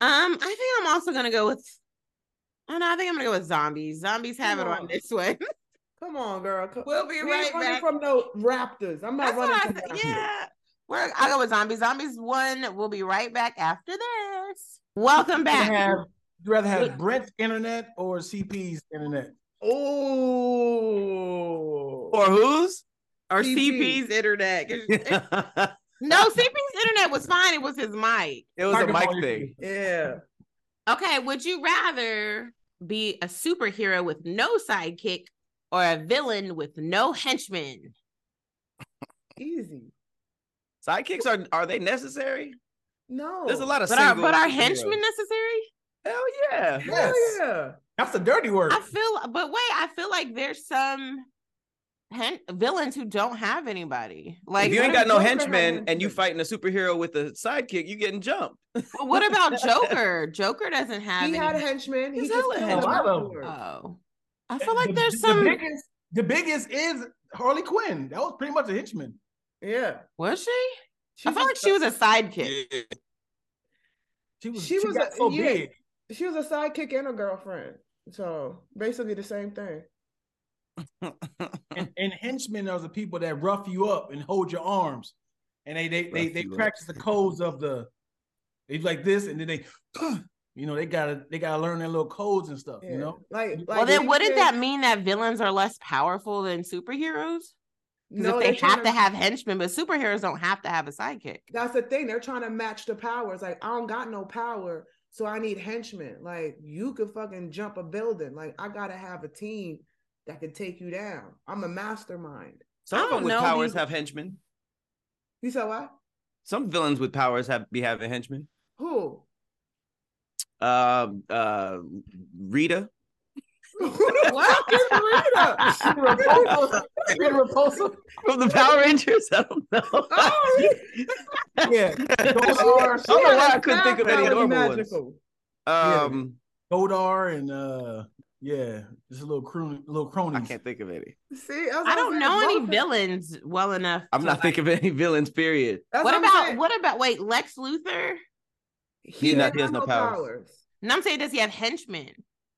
Speaker 1: Um, I think I'm also gonna go with. Oh no, I think I'm gonna go with zombies. Zombies have
Speaker 2: Come
Speaker 1: it on
Speaker 2: on.
Speaker 1: this one.
Speaker 2: come on, girl. Come,
Speaker 1: We'll be
Speaker 2: we
Speaker 1: right
Speaker 2: ain't running
Speaker 1: back.
Speaker 2: from no Raptors. I'm not
Speaker 1: That's what I
Speaker 2: running from
Speaker 1: said.
Speaker 2: Raptors.
Speaker 1: Yeah. We're, I'll go with zombies. Zombies one. We'll be right back after this. Welcome
Speaker 4: You'd
Speaker 1: back.
Speaker 4: have- you'd rather have Brent's internet or CP's internet?
Speaker 2: Oh,
Speaker 5: Or whose?
Speaker 1: Or
Speaker 2: CP.
Speaker 1: CP's internet. 'Cause-
Speaker 5: it
Speaker 1: no, CP's internet was fine. It was his mic.
Speaker 5: was a
Speaker 4: Market
Speaker 5: mic
Speaker 4: volume.
Speaker 5: thing.
Speaker 2: yeah.
Speaker 1: Okay, would you rather be a superhero with no sidekick or a villain with no henchmen?
Speaker 2: Easy.
Speaker 5: Sidekicks are are they necessary?
Speaker 2: No.
Speaker 5: There's a lot of
Speaker 1: But are
Speaker 5: single
Speaker 1: but are
Speaker 5: superheroes.
Speaker 1: henchmen necessary?
Speaker 5: Hell yeah.
Speaker 2: Hell
Speaker 4: Yes.
Speaker 2: yeah.
Speaker 4: That's a dirty word.
Speaker 1: I feel but wait, I feel like there's some hen- villains who don't have anybody. Like
Speaker 5: if you ain't
Speaker 2: what if
Speaker 5: got no
Speaker 2: Joker had
Speaker 5: henchmen and you
Speaker 2: henchmen?
Speaker 5: fighting a superhero with a sidekick, you getting jumped.
Speaker 1: Well, what about Joker? Joker doesn't have
Speaker 2: He
Speaker 1: any.
Speaker 2: had henchmen. He
Speaker 1: He's
Speaker 2: just
Speaker 1: hella
Speaker 2: killed a
Speaker 4: henchmen.
Speaker 2: lot of them.
Speaker 1: oh, I feel like
Speaker 4: The-
Speaker 1: there's
Speaker 4: the
Speaker 1: some.
Speaker 4: biggest, the biggest is Harley Quinn. That was pretty much a henchman.
Speaker 2: Yeah.
Speaker 1: Was she?
Speaker 2: She
Speaker 1: I felt like she was a sidekick.
Speaker 3: Yeah.
Speaker 4: She was
Speaker 2: She
Speaker 4: she,
Speaker 2: was
Speaker 4: was got
Speaker 2: a-
Speaker 4: so
Speaker 2: yeah.
Speaker 4: big.
Speaker 2: she was a sidekick and a girlfriend. So basically the same thing.
Speaker 4: And, and henchmen are the people that rough you up and hold your arms, and they they they,
Speaker 3: Rough
Speaker 4: they
Speaker 3: you up.
Speaker 4: practice the codes of the. They like this, and then they, you know, they gotta they gotta learn their little codes and stuff.
Speaker 2: Yeah.
Speaker 4: You know,
Speaker 2: Like, like
Speaker 1: well, then
Speaker 2: Lee
Speaker 1: wouldn't
Speaker 2: said-
Speaker 1: that mean that villains are less powerful than superheroes? Because
Speaker 2: No,
Speaker 1: if they
Speaker 2: they're
Speaker 1: have
Speaker 2: tryna-
Speaker 1: to have henchmen, but superheroes don't have to have a sidekick.
Speaker 2: That's the thing. They're trying to match the powers. Like, I don't got no power, so I need henchmen. Like, you could fucking jump a building. Like, I gotta have a team that can take you down. I'm a mastermind.
Speaker 1: I
Speaker 5: Some of
Speaker 1: don't
Speaker 5: them with
Speaker 1: know,
Speaker 5: powers
Speaker 1: dude.
Speaker 5: have henchmen.
Speaker 2: You said what?
Speaker 5: Some villains with powers have be having henchmen.
Speaker 2: Who?
Speaker 5: Um, uh, Rita.
Speaker 2: what is Rita?
Speaker 4: Repulsa, Repulsa.
Speaker 5: From the Power Rangers, I don't know.
Speaker 2: Oh,
Speaker 4: Yeah, those are
Speaker 5: I don't know why I couldn't
Speaker 2: Rita
Speaker 5: think of any
Speaker 2: was
Speaker 5: normal ones.
Speaker 2: magical.
Speaker 5: Um,
Speaker 4: Godar and uh, yeah, just a little croon, little cronies.
Speaker 5: I can't think of any.
Speaker 2: See, that's what
Speaker 1: I
Speaker 2: I'm
Speaker 1: don't
Speaker 2: saying.
Speaker 1: know any
Speaker 2: Both-
Speaker 1: villains well enough.
Speaker 5: I'm
Speaker 1: to,
Speaker 5: not
Speaker 1: like-
Speaker 5: thinking of any villains. Period.
Speaker 2: that's
Speaker 1: What
Speaker 2: I'm
Speaker 1: about
Speaker 2: saying.
Speaker 1: what about wait Lex Luthor?
Speaker 2: He,
Speaker 5: He not-
Speaker 2: not,
Speaker 5: he has no powers.
Speaker 1: No, I'm saying does he have henchmen?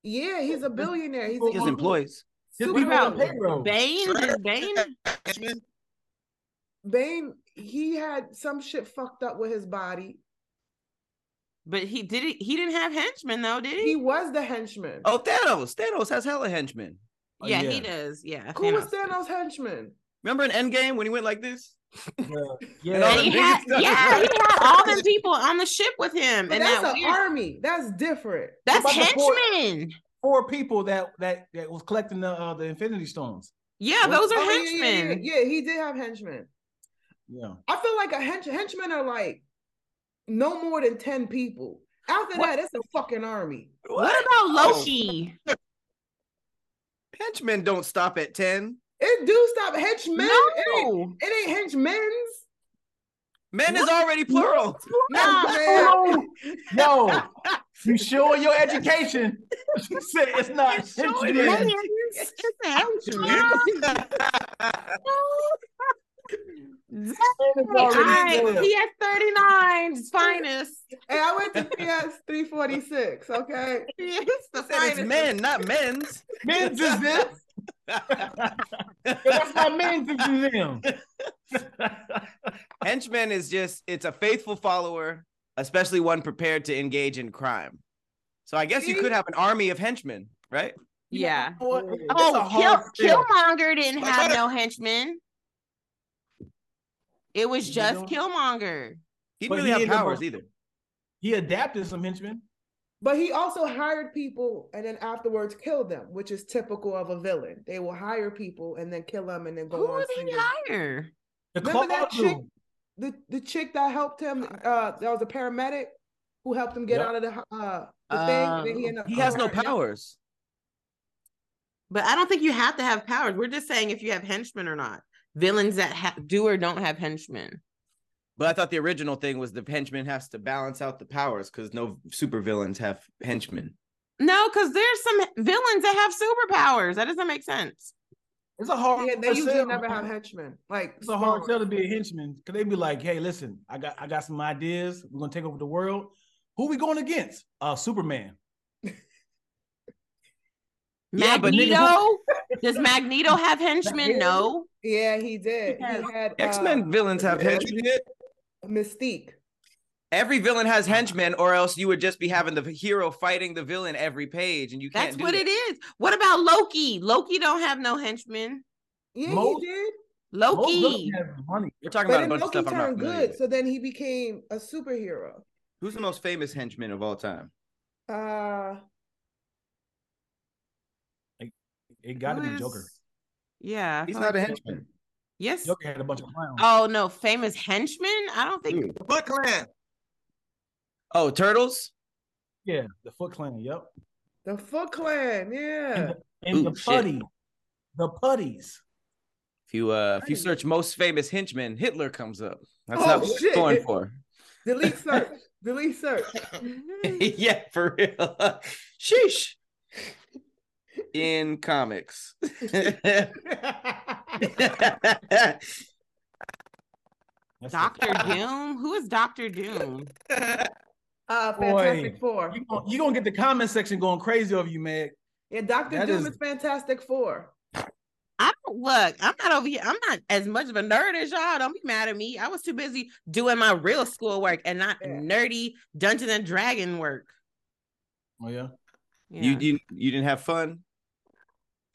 Speaker 2: Yeah, he's a billionaire. He's
Speaker 4: He
Speaker 5: He
Speaker 2: a
Speaker 5: has
Speaker 4: Well,
Speaker 5: employees.
Speaker 4: Just
Speaker 1: What
Speaker 4: people on
Speaker 1: about
Speaker 5: Oh,
Speaker 4: payroll.
Speaker 1: Bane is Bane.
Speaker 3: Henchmen?
Speaker 2: Bane, he had some shit fucked up with his body.
Speaker 1: But he did it. He didn't have henchmen though, did he?
Speaker 2: He was the henchman.
Speaker 5: Oh, Thanos. Thanos has hella henchmen.
Speaker 4: Oh,
Speaker 1: yeah, he
Speaker 4: yeah.
Speaker 1: does. Yeah.
Speaker 2: Who was
Speaker 1: Thanos.
Speaker 2: Thanos' henchman?
Speaker 5: Remember in Endgame when he went like this?
Speaker 4: Yeah,
Speaker 5: And all
Speaker 1: And
Speaker 5: the
Speaker 1: he
Speaker 5: big
Speaker 1: had,
Speaker 5: stuff.
Speaker 1: yeah, he had all them people on the ship with him,
Speaker 2: But
Speaker 1: and
Speaker 2: that's
Speaker 1: that
Speaker 2: an
Speaker 1: weird-
Speaker 2: army. That's different.
Speaker 1: that's
Speaker 4: What about the four-
Speaker 1: henchmen.
Speaker 4: four people that that that was collecting the uh, the Infinity Stones.
Speaker 1: Yeah, those are
Speaker 2: Oh, yeah, yeah, yeah,
Speaker 1: henchmen.
Speaker 2: Yeah, he did have henchmen.
Speaker 4: Yeah,
Speaker 2: I feel like a hench henchmen are like no more than ten people. After
Speaker 5: What?
Speaker 2: that, it's a fucking army.
Speaker 1: What about
Speaker 2: oh.
Speaker 1: Loki?
Speaker 5: Oh, Henchmen don't stop at ten.
Speaker 2: It do stop henchmen. It, ain't,
Speaker 1: No.
Speaker 2: it ain't henchmen's.
Speaker 5: Men is already plural.
Speaker 2: No,
Speaker 4: yo, you sure your education? She said it's not.
Speaker 5: You sure
Speaker 4: henchmen.
Speaker 5: it
Speaker 1: Aliens, it's a henchmen. Dang,
Speaker 4: It's already
Speaker 1: I-
Speaker 4: there.
Speaker 1: PS 39's finest.
Speaker 2: Hey, I went to PS three forty six. Okay,
Speaker 1: It's the
Speaker 5: Said it's
Speaker 1: finest.
Speaker 5: men, not men's.
Speaker 4: Men's is this? That's not men's. This is them.
Speaker 5: Henchman is just it's a faithful follower, especially one prepared to engage in crime. So I guess you could have an army of henchmen, right?
Speaker 1: Yeah.
Speaker 4: Boy, that's a
Speaker 1: Oh,
Speaker 4: hard
Speaker 1: Kill,
Speaker 4: sell.
Speaker 1: Killmonger didn't
Speaker 3: Like,
Speaker 1: have
Speaker 3: what
Speaker 1: no henchmen. It was
Speaker 4: You
Speaker 1: just
Speaker 4: know-
Speaker 1: Killmonger.
Speaker 5: He
Speaker 4: But
Speaker 5: didn't
Speaker 4: he
Speaker 5: really
Speaker 4: ain't
Speaker 5: have powers
Speaker 4: about-
Speaker 5: either.
Speaker 4: He adapted some henchmen.
Speaker 2: but he also hired people and then afterwards killed them, which is typical of a villain. They will hire people and then kill them and then go
Speaker 1: Who
Speaker 2: on.
Speaker 1: would he
Speaker 2: singing.
Speaker 1: hire?
Speaker 4: The
Speaker 2: Remember that
Speaker 4: Claw
Speaker 2: chick?
Speaker 4: Dude.
Speaker 2: the the chick that helped him, uh, that was a paramedic who helped him get
Speaker 4: Yep.
Speaker 2: out of the ho- uh the thing. and then
Speaker 1: Um,
Speaker 2: ended up
Speaker 5: He has no
Speaker 2: hurt.
Speaker 5: powers.
Speaker 1: But I don't think you have to have powers. We're just saying if you have henchmen or not. Villains that ha- do or don't have henchmen.
Speaker 5: But I thought the original thing was the henchman has to balance out the powers because no supervillains have henchmen.
Speaker 1: No, because there's some villains that have superpowers. That doesn't make sense.
Speaker 4: It's a hard.
Speaker 2: Yeah, they
Speaker 4: sell,
Speaker 2: usually never
Speaker 4: man.
Speaker 2: have henchmen. Like
Speaker 4: It's a hard
Speaker 2: Spawn.
Speaker 4: sell to be a henchman because they be like, "Hey, listen, I got I got some ideas. We're gonna take over the world. Who we going against? Uh, Superman.
Speaker 5: Yeah, but
Speaker 1: Magneto?
Speaker 5: niggas-
Speaker 1: Does Magneto have henchmen? No.
Speaker 2: Yeah, he did.
Speaker 1: Yes.
Speaker 2: He had
Speaker 5: X Men
Speaker 2: uh,
Speaker 5: villains have
Speaker 3: Yeah.
Speaker 5: henchmen.
Speaker 2: Mystique.
Speaker 5: Every villain has henchmen, or else you would just be having the hero fighting the villain every page, and you can't.
Speaker 1: That's
Speaker 5: do
Speaker 1: what
Speaker 5: that.
Speaker 1: it is. What about Loki? Loki don't have no henchmen.
Speaker 2: Yeah,
Speaker 4: Most-
Speaker 2: he did.
Speaker 4: Most villains
Speaker 1: Loki.
Speaker 4: have money.
Speaker 5: We're talking
Speaker 2: But
Speaker 5: about a
Speaker 2: then
Speaker 5: bunch
Speaker 2: Loki
Speaker 5: of stuff. I'm
Speaker 2: turned
Speaker 5: not familiar
Speaker 2: good,
Speaker 5: with.
Speaker 2: so then he became a superhero.
Speaker 5: Who's the most famous henchman of all time?
Speaker 2: Uh,
Speaker 4: It got to
Speaker 1: Who
Speaker 4: be
Speaker 1: is-
Speaker 4: Joker.
Speaker 1: Yeah. I
Speaker 5: He's
Speaker 1: feel
Speaker 5: not a
Speaker 1: like-
Speaker 5: henchman.
Speaker 1: Yes.
Speaker 4: Joker had a bunch of clowns.
Speaker 1: Oh no, famous henchmen? I don't think
Speaker 5: Dude.
Speaker 3: Foot Clan.
Speaker 5: Oh, turtles.
Speaker 4: Yeah, the Foot Clan. Yep.
Speaker 2: the Foot Clan. Yeah.
Speaker 4: And
Speaker 5: Ooh,
Speaker 4: the
Speaker 5: shit.
Speaker 4: putty, the putties.
Speaker 5: If you uh, if you
Speaker 2: Right.
Speaker 5: search most famous henchman, Hitler comes up. That's
Speaker 2: Oh,
Speaker 5: not what
Speaker 2: shit.
Speaker 5: we're going for.
Speaker 2: Delete search. Delete search.
Speaker 5: yeah, for real. Sheesh. in comics.
Speaker 4: That's the-
Speaker 1: Doctor Doom. Who is Doctor Doom?
Speaker 2: uh,
Speaker 4: Boy.
Speaker 2: Fantastic Four.
Speaker 4: You gonna, you gonna get the comment section going crazy over you, Meg.
Speaker 2: Yeah, Doctor
Speaker 4: That
Speaker 2: Doom
Speaker 4: is-
Speaker 2: is Fantastic Four.
Speaker 1: I don't look. I'm not over here. I'm not as much of a nerd as y'all. Don't be mad at me. I was too busy doing my real school work and not
Speaker 2: Yeah.
Speaker 1: nerdy Dungeon and Dragon work.
Speaker 4: Oh yeah.
Speaker 1: Yeah.
Speaker 5: You you you didn't have fun?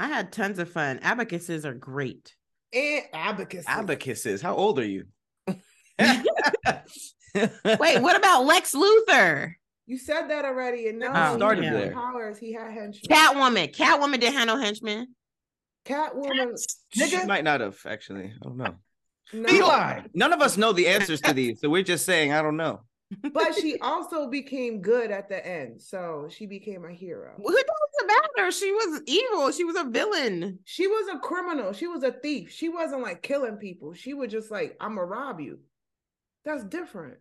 Speaker 1: I had tons of fun. Abacuses are great.
Speaker 2: And Abacus.
Speaker 5: Abacuses. How old are you?
Speaker 1: Wait, what about Lex Luthor?
Speaker 2: You said that already, and no,
Speaker 1: Oh,
Speaker 2: he
Speaker 1: started
Speaker 2: had
Speaker 5: there.
Speaker 2: powers. He had henchmen.
Speaker 1: Catwoman. Catwoman did handle henchmen.
Speaker 2: Catwoman.
Speaker 5: She might not have actually. I don't know.
Speaker 2: No,
Speaker 4: Eli.
Speaker 5: None of us know the answers to these, so we're just saying I don't know.
Speaker 2: but she also became good at the end, so she became a hero.
Speaker 1: Who doesn't matter? She was evil. She was a villain.
Speaker 2: She was a criminal. She was a thief. She wasn't like killing people. She was just like, "I'm gonna rob you." That's different.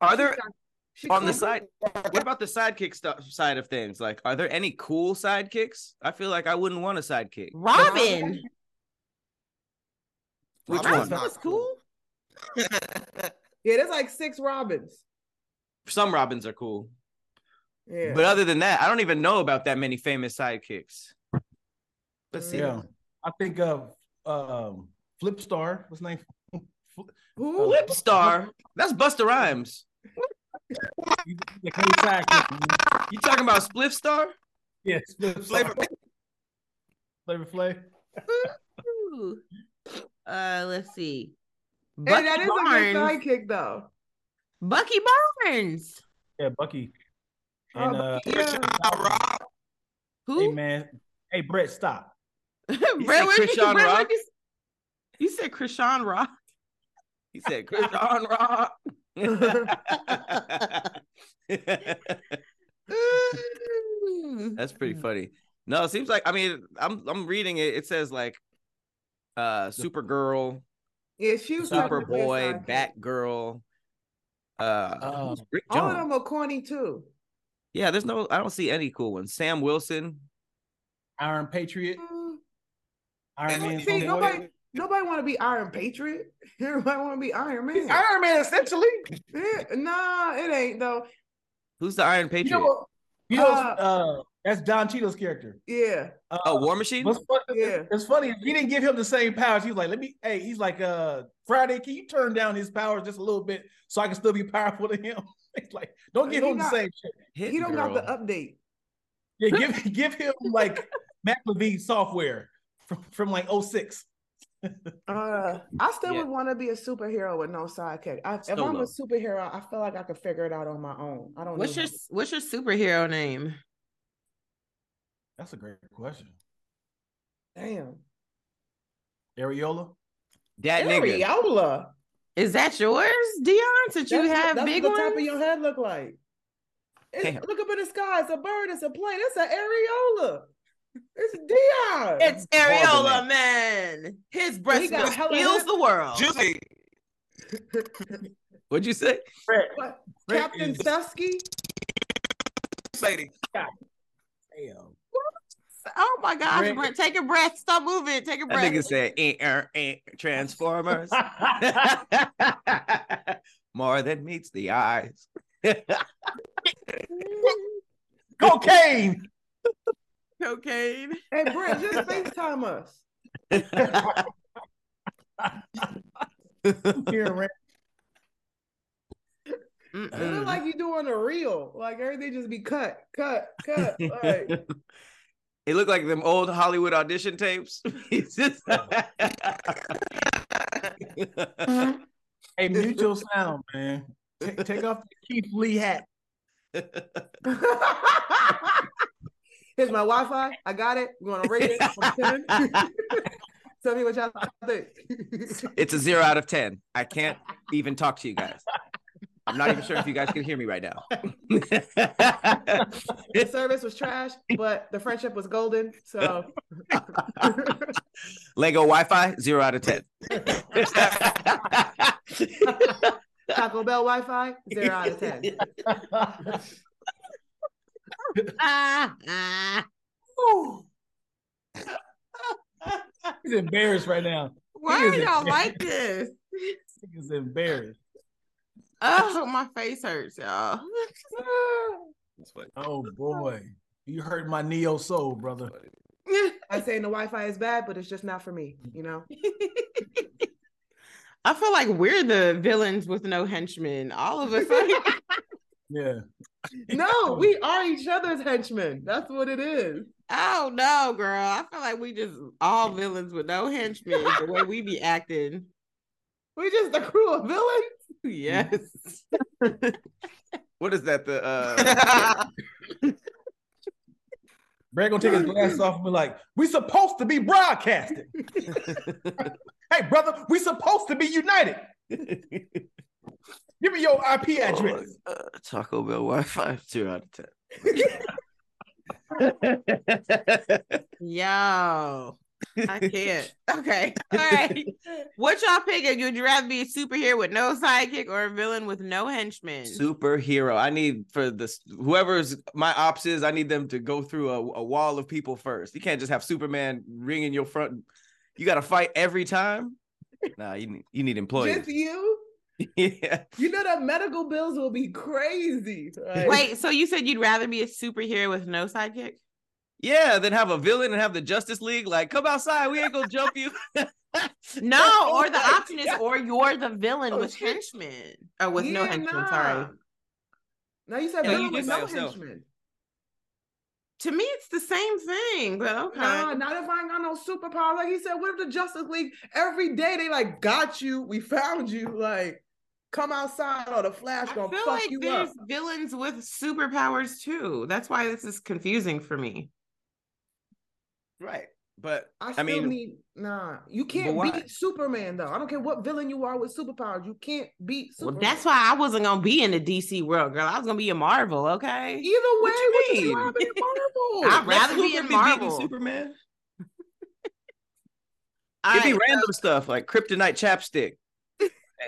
Speaker 5: Are
Speaker 2: She
Speaker 5: there
Speaker 2: got- she
Speaker 5: on the
Speaker 2: killed
Speaker 5: side? What about the sidekick stuff side of things? Like, are there any cool sidekicks? I feel like I wouldn't want a sidekick.
Speaker 1: Robin.
Speaker 5: Which
Speaker 1: Robin
Speaker 5: one?
Speaker 3: not
Speaker 1: was cool.
Speaker 2: Yeah, there's like six Robins.
Speaker 5: Some Robins are cool,
Speaker 2: Yeah,
Speaker 5: but other than that, I don't even know about that many famous sidekicks. Let's see.
Speaker 4: Yeah. I think of um Flipstar. What's his name?
Speaker 2: who?
Speaker 5: Flip Star. That's Buster Rhymes.
Speaker 4: He's the cool sidekick.
Speaker 5: You talking about Spliff Star?
Speaker 4: Yes, Flipstar.
Speaker 3: Flavor-
Speaker 4: Flavor Flav.
Speaker 1: Ooh. Uh, let's see.
Speaker 2: Hey,
Speaker 1: Bucky
Speaker 2: that is
Speaker 1: Barnes.
Speaker 2: a good sidekick, though.
Speaker 1: Bucky Barnes.
Speaker 4: Yeah, Bucky.
Speaker 2: Oh,
Speaker 4: And uh,
Speaker 2: Yeah.
Speaker 3: Rob.
Speaker 4: hey
Speaker 1: Who?
Speaker 4: man, hey Brett, stop.
Speaker 1: Brett,
Speaker 5: said
Speaker 1: what'd you-
Speaker 5: Krishan
Speaker 1: Brett,
Speaker 5: Rock?
Speaker 1: what'd You, s- you said Krishan Rock.
Speaker 5: He said, Chris on rock.
Speaker 1: Ooh.
Speaker 5: That's pretty funny. No, it seems like I mean, I'm I'm reading it. It says like uh Supergirl,
Speaker 2: Yeah, she was technically a
Speaker 5: Superboy,
Speaker 2: sidekick.
Speaker 5: Batgirl.
Speaker 2: Oh,
Speaker 5: Uh who's
Speaker 4: Um,
Speaker 5: Rick
Speaker 2: All
Speaker 5: Jones.
Speaker 2: of them are corny too.
Speaker 5: yeah, there's no I don't see any cool ones. Sam Wilson.
Speaker 4: Iron Patriot,
Speaker 2: Mm,
Speaker 4: Iron
Speaker 3: And-
Speaker 4: Man's
Speaker 2: See,
Speaker 4: homeboy.
Speaker 2: nobody, nobody want to be Iron Patriot. Everybody want to be Iron Man.
Speaker 4: Iron Man essentially.
Speaker 2: Yeah, nah, it ain't though.
Speaker 5: Who's the Iron
Speaker 4: You
Speaker 5: Patriot?
Speaker 4: know, what- you know,
Speaker 2: Uh,
Speaker 4: uh, that's Don Cheadle's character.
Speaker 2: Yeah,
Speaker 5: oh, War Machine?
Speaker 4: What's funny,
Speaker 2: Yeah.
Speaker 4: It's funny. If you didn't give him the same powers, he was like, "Let me." Hey, he's like, "Uh, Friday, can you turn down his powers just a little bit so I can still be powerful to him?" He's like, "Don't give
Speaker 2: He
Speaker 4: him the
Speaker 2: got-
Speaker 4: same shit.
Speaker 5: Hit
Speaker 2: he don't got the
Speaker 5: Girl.
Speaker 2: update.
Speaker 4: Yeah, give give him like Mac Levine software from from like 06.
Speaker 2: Uh, I still
Speaker 5: Yeah.
Speaker 2: would want to be a superhero with no sidekick. I, if I'm
Speaker 5: Solo.
Speaker 2: a superhero, I feel like I could figure it out on my own. I don't.
Speaker 1: What's
Speaker 2: need
Speaker 1: your
Speaker 2: help.
Speaker 1: what's your superhero name?
Speaker 4: That's a great question.
Speaker 2: damn
Speaker 4: Ariola.
Speaker 5: That nigga.
Speaker 2: areola?
Speaker 1: Is that yours, Dion? Since you
Speaker 2: That's what-
Speaker 1: have
Speaker 2: that's
Speaker 1: big
Speaker 2: what
Speaker 1: ones.
Speaker 2: the top of your head look like. It's-
Speaker 5: Damn.
Speaker 2: look up in the sky. It's a bird. It's a plane. It's an areola. It's Dion.
Speaker 1: It's
Speaker 5: Horrible
Speaker 1: Areola, man. His breast
Speaker 2: got
Speaker 1: milk
Speaker 2: hella
Speaker 1: heals
Speaker 2: hair.
Speaker 1: the world.
Speaker 3: Juicy.
Speaker 5: What'd you say?
Speaker 2: What?
Speaker 4: Brett
Speaker 2: Captain
Speaker 4: is-
Speaker 2: Susky.
Speaker 3: Lady.
Speaker 4: Damn.
Speaker 1: Oh my gosh,
Speaker 4: Brett-
Speaker 1: Brent, take a breath. Stop moving. Take a
Speaker 5: That
Speaker 1: breath.
Speaker 5: nigga said eh, er, eh, Transformers. More than meets the eyes.
Speaker 4: Cocaine.
Speaker 1: Cocaine.
Speaker 2: Hey, Brent, just FaceTime us.
Speaker 4: Here, Ram-
Speaker 2: It
Speaker 1: Mm-mm.
Speaker 2: look like you do on a reel. Like everything just be cut, cut, cut. Like,
Speaker 5: It looked like them old Hollywood audition tapes. It's just-
Speaker 4: hey, mute your sound, man. Take, take off the Keith Lee hat.
Speaker 2: Here's my Wi-Fi. I got it. We're gonna rate it. from 10. Tell me what y'all think.
Speaker 5: it's a zero out of ten. I can't even talk to you guys. I'm not even sure if you guys can hear me right now.
Speaker 2: the service was trash, but the friendship was golden. So
Speaker 5: Lego Wi-Fi, zero out of ten.
Speaker 2: Taco Bell Wi-Fi, zero out of ten.
Speaker 1: Ah, ah.
Speaker 4: He's embarrassed right now.
Speaker 1: Why
Speaker 4: He
Speaker 1: are
Speaker 4: is
Speaker 1: y'all
Speaker 4: embarrassed.
Speaker 1: like this?
Speaker 4: He's embarrassed.
Speaker 1: Oh, my face hurts, y'all.
Speaker 3: That's funny.
Speaker 4: Oh boy, you hurt my neo soul, brother.
Speaker 2: I saying the Wi-Fi is bad, but it's just not for me. You know,
Speaker 1: I feel like we're the villains with no henchmen. All of us.
Speaker 4: Yeah.
Speaker 2: no, we are each other's henchmen. That's what it is.
Speaker 1: oh no, girl. I feel like we just all villains with no henchmen. The way we be acting.
Speaker 2: We just a crew of villains.
Speaker 1: Yes.
Speaker 5: What is that? The uh,
Speaker 4: Brad gonna take his glass off and be like, "We supposed to be broadcasting." hey, brother, we supposed to be united. Give me your IP address.
Speaker 5: uh, Taco Bell Wi-Fi two out of ten.
Speaker 1: Yo. I can't. Okay. All right. What y'all picking? Would you rather be a superhero with no sidekick or a villain with no henchmen?
Speaker 5: Superhero. I need for this whoever's my ops is. I need them to go through a, a wall of people first. You can't just have Superman ringing your front. You got to fight every time. Nah, you need, you need
Speaker 2: Just
Speaker 5: employees.
Speaker 2: you.
Speaker 5: yeah.
Speaker 2: You know the medical bills will be crazy. right?
Speaker 1: Wait, so you said you'd rather be a superhero with no sidekick?
Speaker 5: Yeah, then have a villain and have the Justice League like come outside. We ain't gonna jump you.
Speaker 1: No,
Speaker 5: Oh
Speaker 1: or the
Speaker 5: my
Speaker 1: option is, or you're the villain
Speaker 5: Oh,
Speaker 1: with
Speaker 5: shit.
Speaker 1: henchmen. Or with no
Speaker 2: Yeah,
Speaker 1: henchmen,
Speaker 2: nah.
Speaker 1: sorry.
Speaker 2: Now you said
Speaker 5: Yeah, you
Speaker 2: villain
Speaker 5: did
Speaker 2: with
Speaker 5: by
Speaker 2: no
Speaker 5: yourself.
Speaker 2: henchmen.
Speaker 1: To me, it's the same thing, but okay.
Speaker 2: Nah, not if I ain't got no superpower. Like he said, what if the Justice League every day they like got you, we found you, like come outside or the Flash
Speaker 1: I
Speaker 2: gonna
Speaker 1: feel
Speaker 2: fuck
Speaker 1: like
Speaker 2: you
Speaker 1: there's
Speaker 2: up.
Speaker 1: villains with superpowers too. That's why this is confusing for me.
Speaker 5: right, but
Speaker 2: I
Speaker 5: I,
Speaker 2: still
Speaker 5: mean,
Speaker 2: need nah. You can't
Speaker 5: why?
Speaker 2: beat Superman though. I don't care what villain you are with superpowers. You can't beat
Speaker 1: Well,
Speaker 2: Superman.
Speaker 1: that's why I wasn't gonna be in the DC world, girl. I was gonna be in Marvel, okay?
Speaker 2: Either way, what
Speaker 5: you
Speaker 2: you,
Speaker 5: mean?
Speaker 2: grabbing Marvel?
Speaker 1: I'd
Speaker 5: let
Speaker 1: rather be
Speaker 5: Superman
Speaker 1: in
Speaker 5: beating
Speaker 1: Marvel.
Speaker 5: Superman.
Speaker 1: All
Speaker 5: It'd be
Speaker 1: right,
Speaker 5: random stuff like kryptonite chapstick.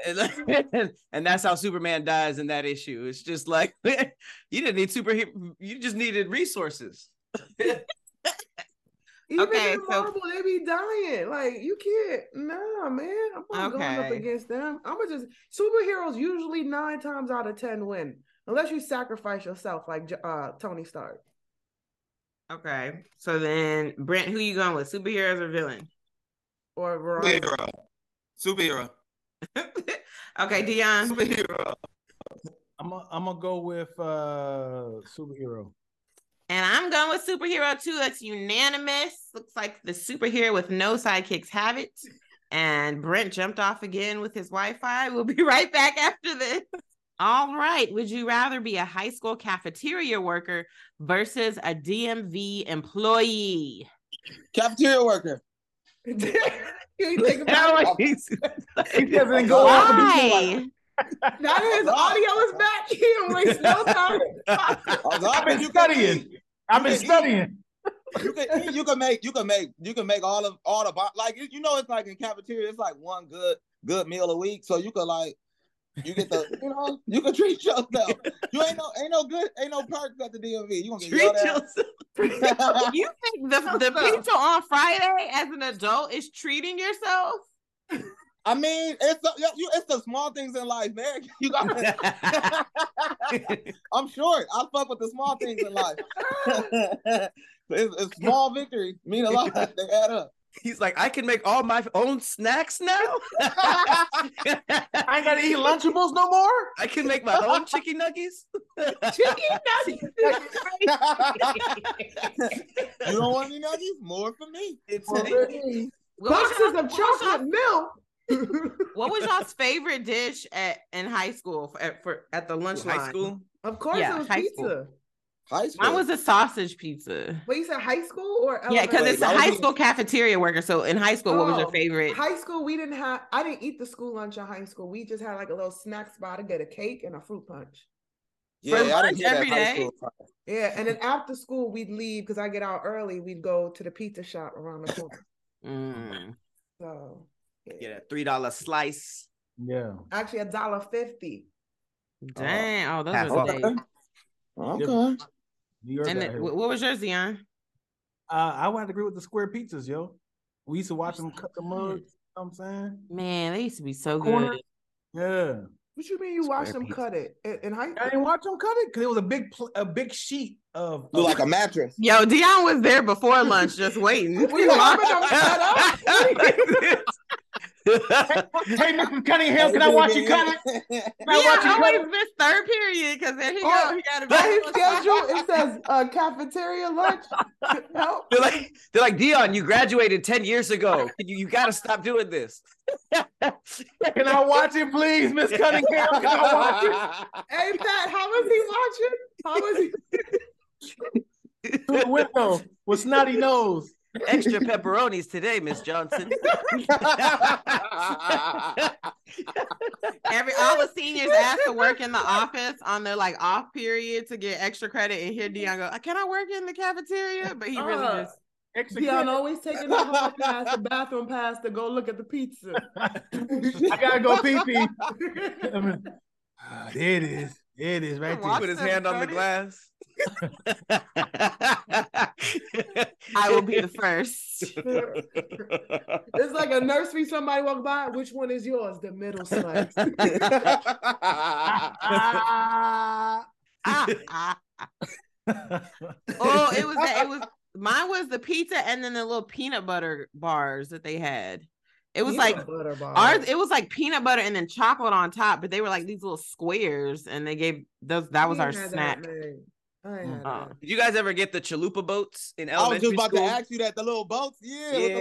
Speaker 5: and, and that's how Superman dies in that issue. It's just like you didn't need super you just needed resources.
Speaker 2: Even
Speaker 1: Okay,
Speaker 2: in
Speaker 1: so-
Speaker 2: Marvel, they be dying. Like you can't, nah, man. I'm not going up
Speaker 1: Okay.
Speaker 2: against them. I'm gonna just superheroes usually nine times out of ten win, unless you sacrifice yourself, like J- uh Tony Stark.
Speaker 1: Okay. So then Brent, who you going with? Superheroes or villain?
Speaker 2: Or Veronica.
Speaker 3: Superhero. Superhero.
Speaker 1: okay, Dion.
Speaker 3: Superhero.
Speaker 4: I'm gonna I'm gonna go with uh superhero.
Speaker 1: And I'm going with superhero too. That's unanimous. Looks like the superhero with no sidekicks have it. And Brent jumped off again with his Wi Fi. We'll be right back after this. All right. Would you rather be a high school cafeteria worker versus a DMV employee?
Speaker 3: Cafeteria worker.
Speaker 2: you ain't think about it?
Speaker 4: He doesn't go out to Oh, be like,
Speaker 1: Why?
Speaker 2: Now that his audio is back. He don't waste no time.
Speaker 4: I've been studying. I've been studying.
Speaker 3: you can you can make you can make you can make all of all the bo- like you know it's like in cafeteria it's like one good good meal a week so you could like you get the you know you can treat yourself you ain't no ain't no good ain't no perks at the DMV you gonna get
Speaker 5: Treat
Speaker 3: yelled at.
Speaker 5: yourself.
Speaker 4: uh,
Speaker 1: You think the, the pizza on Friday as an adult is treating yourself?
Speaker 3: I mean it's the yeah, you it's the small things in life man you got I'm short I fuck with the small things in life it's, it's small victory mean a lot they add up
Speaker 5: He's like, I can make all my own snacks now.
Speaker 4: I ain't gotta eat Lunchables no more.
Speaker 5: I can make my own chicken nuggets.
Speaker 2: Chicken nuggets.
Speaker 3: you don't want any nuggies more for me
Speaker 5: It's
Speaker 1: What was
Speaker 2: Boxes
Speaker 1: y'all-
Speaker 2: of
Speaker 1: what was y'all
Speaker 2: chocolate milk.
Speaker 1: What was y'all's favorite dish at in high school for, at, for, at the lunch line?
Speaker 5: high school.
Speaker 2: of course,
Speaker 1: Yeah,
Speaker 2: it was
Speaker 1: high
Speaker 2: pizza.
Speaker 1: school.
Speaker 3: high school
Speaker 1: Mine was a sausage pizza.
Speaker 2: Wait, you said high school or
Speaker 1: Yeah, because
Speaker 2: elementary?
Speaker 1: it's a
Speaker 3: Wait,
Speaker 1: high
Speaker 3: y'all-
Speaker 1: school cafeteria worker. So in high school, what was your
Speaker 2: Oh,
Speaker 1: favorite?
Speaker 2: High school, we didn't have. I didn't eat the school lunch in high school. We just had like a little snack spot to get a cake and a fruit punch.
Speaker 3: yeah I
Speaker 1: lunch
Speaker 3: didn't get
Speaker 1: every
Speaker 3: that high
Speaker 1: day?
Speaker 3: school
Speaker 2: Yeah, and then after school, we'd leave because I get out early. We'd go to the pizza shop around the corner.
Speaker 1: Mm.
Speaker 2: So yeah.
Speaker 5: Get a three dollar slice.
Speaker 4: Yeah.
Speaker 2: actually, a dollar fifty.
Speaker 1: Dang! Oh, those
Speaker 5: half
Speaker 1: are
Speaker 5: off.
Speaker 1: the days.
Speaker 3: Okay.
Speaker 4: New York
Speaker 1: And
Speaker 4: out
Speaker 1: it-
Speaker 4: here.
Speaker 1: wh- what was yours, Dion?
Speaker 4: Uh, I would have to agree with the square pizzas, yo. We used to watch them cut the mug. You know what I'm saying?
Speaker 1: Man, they used to be so
Speaker 4: Corner.
Speaker 1: good.
Speaker 4: Yeah.
Speaker 2: What you mean you watched
Speaker 5: Square
Speaker 2: them
Speaker 5: pizza.
Speaker 2: cut it in, in high
Speaker 4: I didn't watch them cut it because it was a big, pl- a big sheet of.
Speaker 3: Look like a mattress.
Speaker 1: Yo, Dion was there before lunch, just waiting.
Speaker 2: We having them cut up.
Speaker 7: Hey, Mr. Cunningham, can I watch you cut it?
Speaker 3: it?
Speaker 7: Can I
Speaker 1: Yeah,
Speaker 7: watch
Speaker 1: I
Speaker 7: you cut
Speaker 1: always
Speaker 7: it?
Speaker 1: miss third period because there he
Speaker 2: Or-
Speaker 1: go. He got to
Speaker 2: On his schedule, it says uh, cafeteria lunch. Help.
Speaker 5: They're like, they're like Dion. You graduated ten years ago. Can You you got to stop doing this.
Speaker 7: Can I watch it, please, Miss Cunningham? Can I watch it?
Speaker 2: Hey Pat, how was he watching? How was he?
Speaker 4: through the window with snotty nose.
Speaker 5: Extra pepperonis today, Miss Johnson.
Speaker 1: Every all the seniors asked to work in the office on their like off period to get extra credit, and here Dion go, "Uh, "Can I work in the cafeteria?" But he really
Speaker 2: Uh.
Speaker 1: just
Speaker 7: Extra
Speaker 2: Dion
Speaker 7: credit.
Speaker 2: always taking the hall pass, the bathroom pass to go look at the pizza.
Speaker 7: I gotta go pee pee.
Speaker 4: I mean, ah, there it is. There it is right
Speaker 1: Watch
Speaker 5: Put
Speaker 4: there.
Speaker 5: his hand on the glass.
Speaker 1: I will be the first.
Speaker 2: it's like a nursery. Somebody walk by. Which one is yours? The middle slice.
Speaker 4: Ah.
Speaker 1: Ah, ah. Oh, it was that it was mine was the pizza and then the little peanut butter bars that they had. It was like
Speaker 2: butter bar.
Speaker 1: ours, it was like peanut butter and then chocolate on top, but they were like these little squares, and they gave those that was
Speaker 2: We
Speaker 1: our
Speaker 2: ain't had
Speaker 1: snack.
Speaker 2: That, man. I ain't had
Speaker 1: Uh,
Speaker 2: that.
Speaker 5: Did you guys ever get the chalupa boats in
Speaker 3: I was
Speaker 5: elementary
Speaker 3: just about
Speaker 5: school?
Speaker 3: to ask you that the little boats, yeah, with the
Speaker 5: Yeah.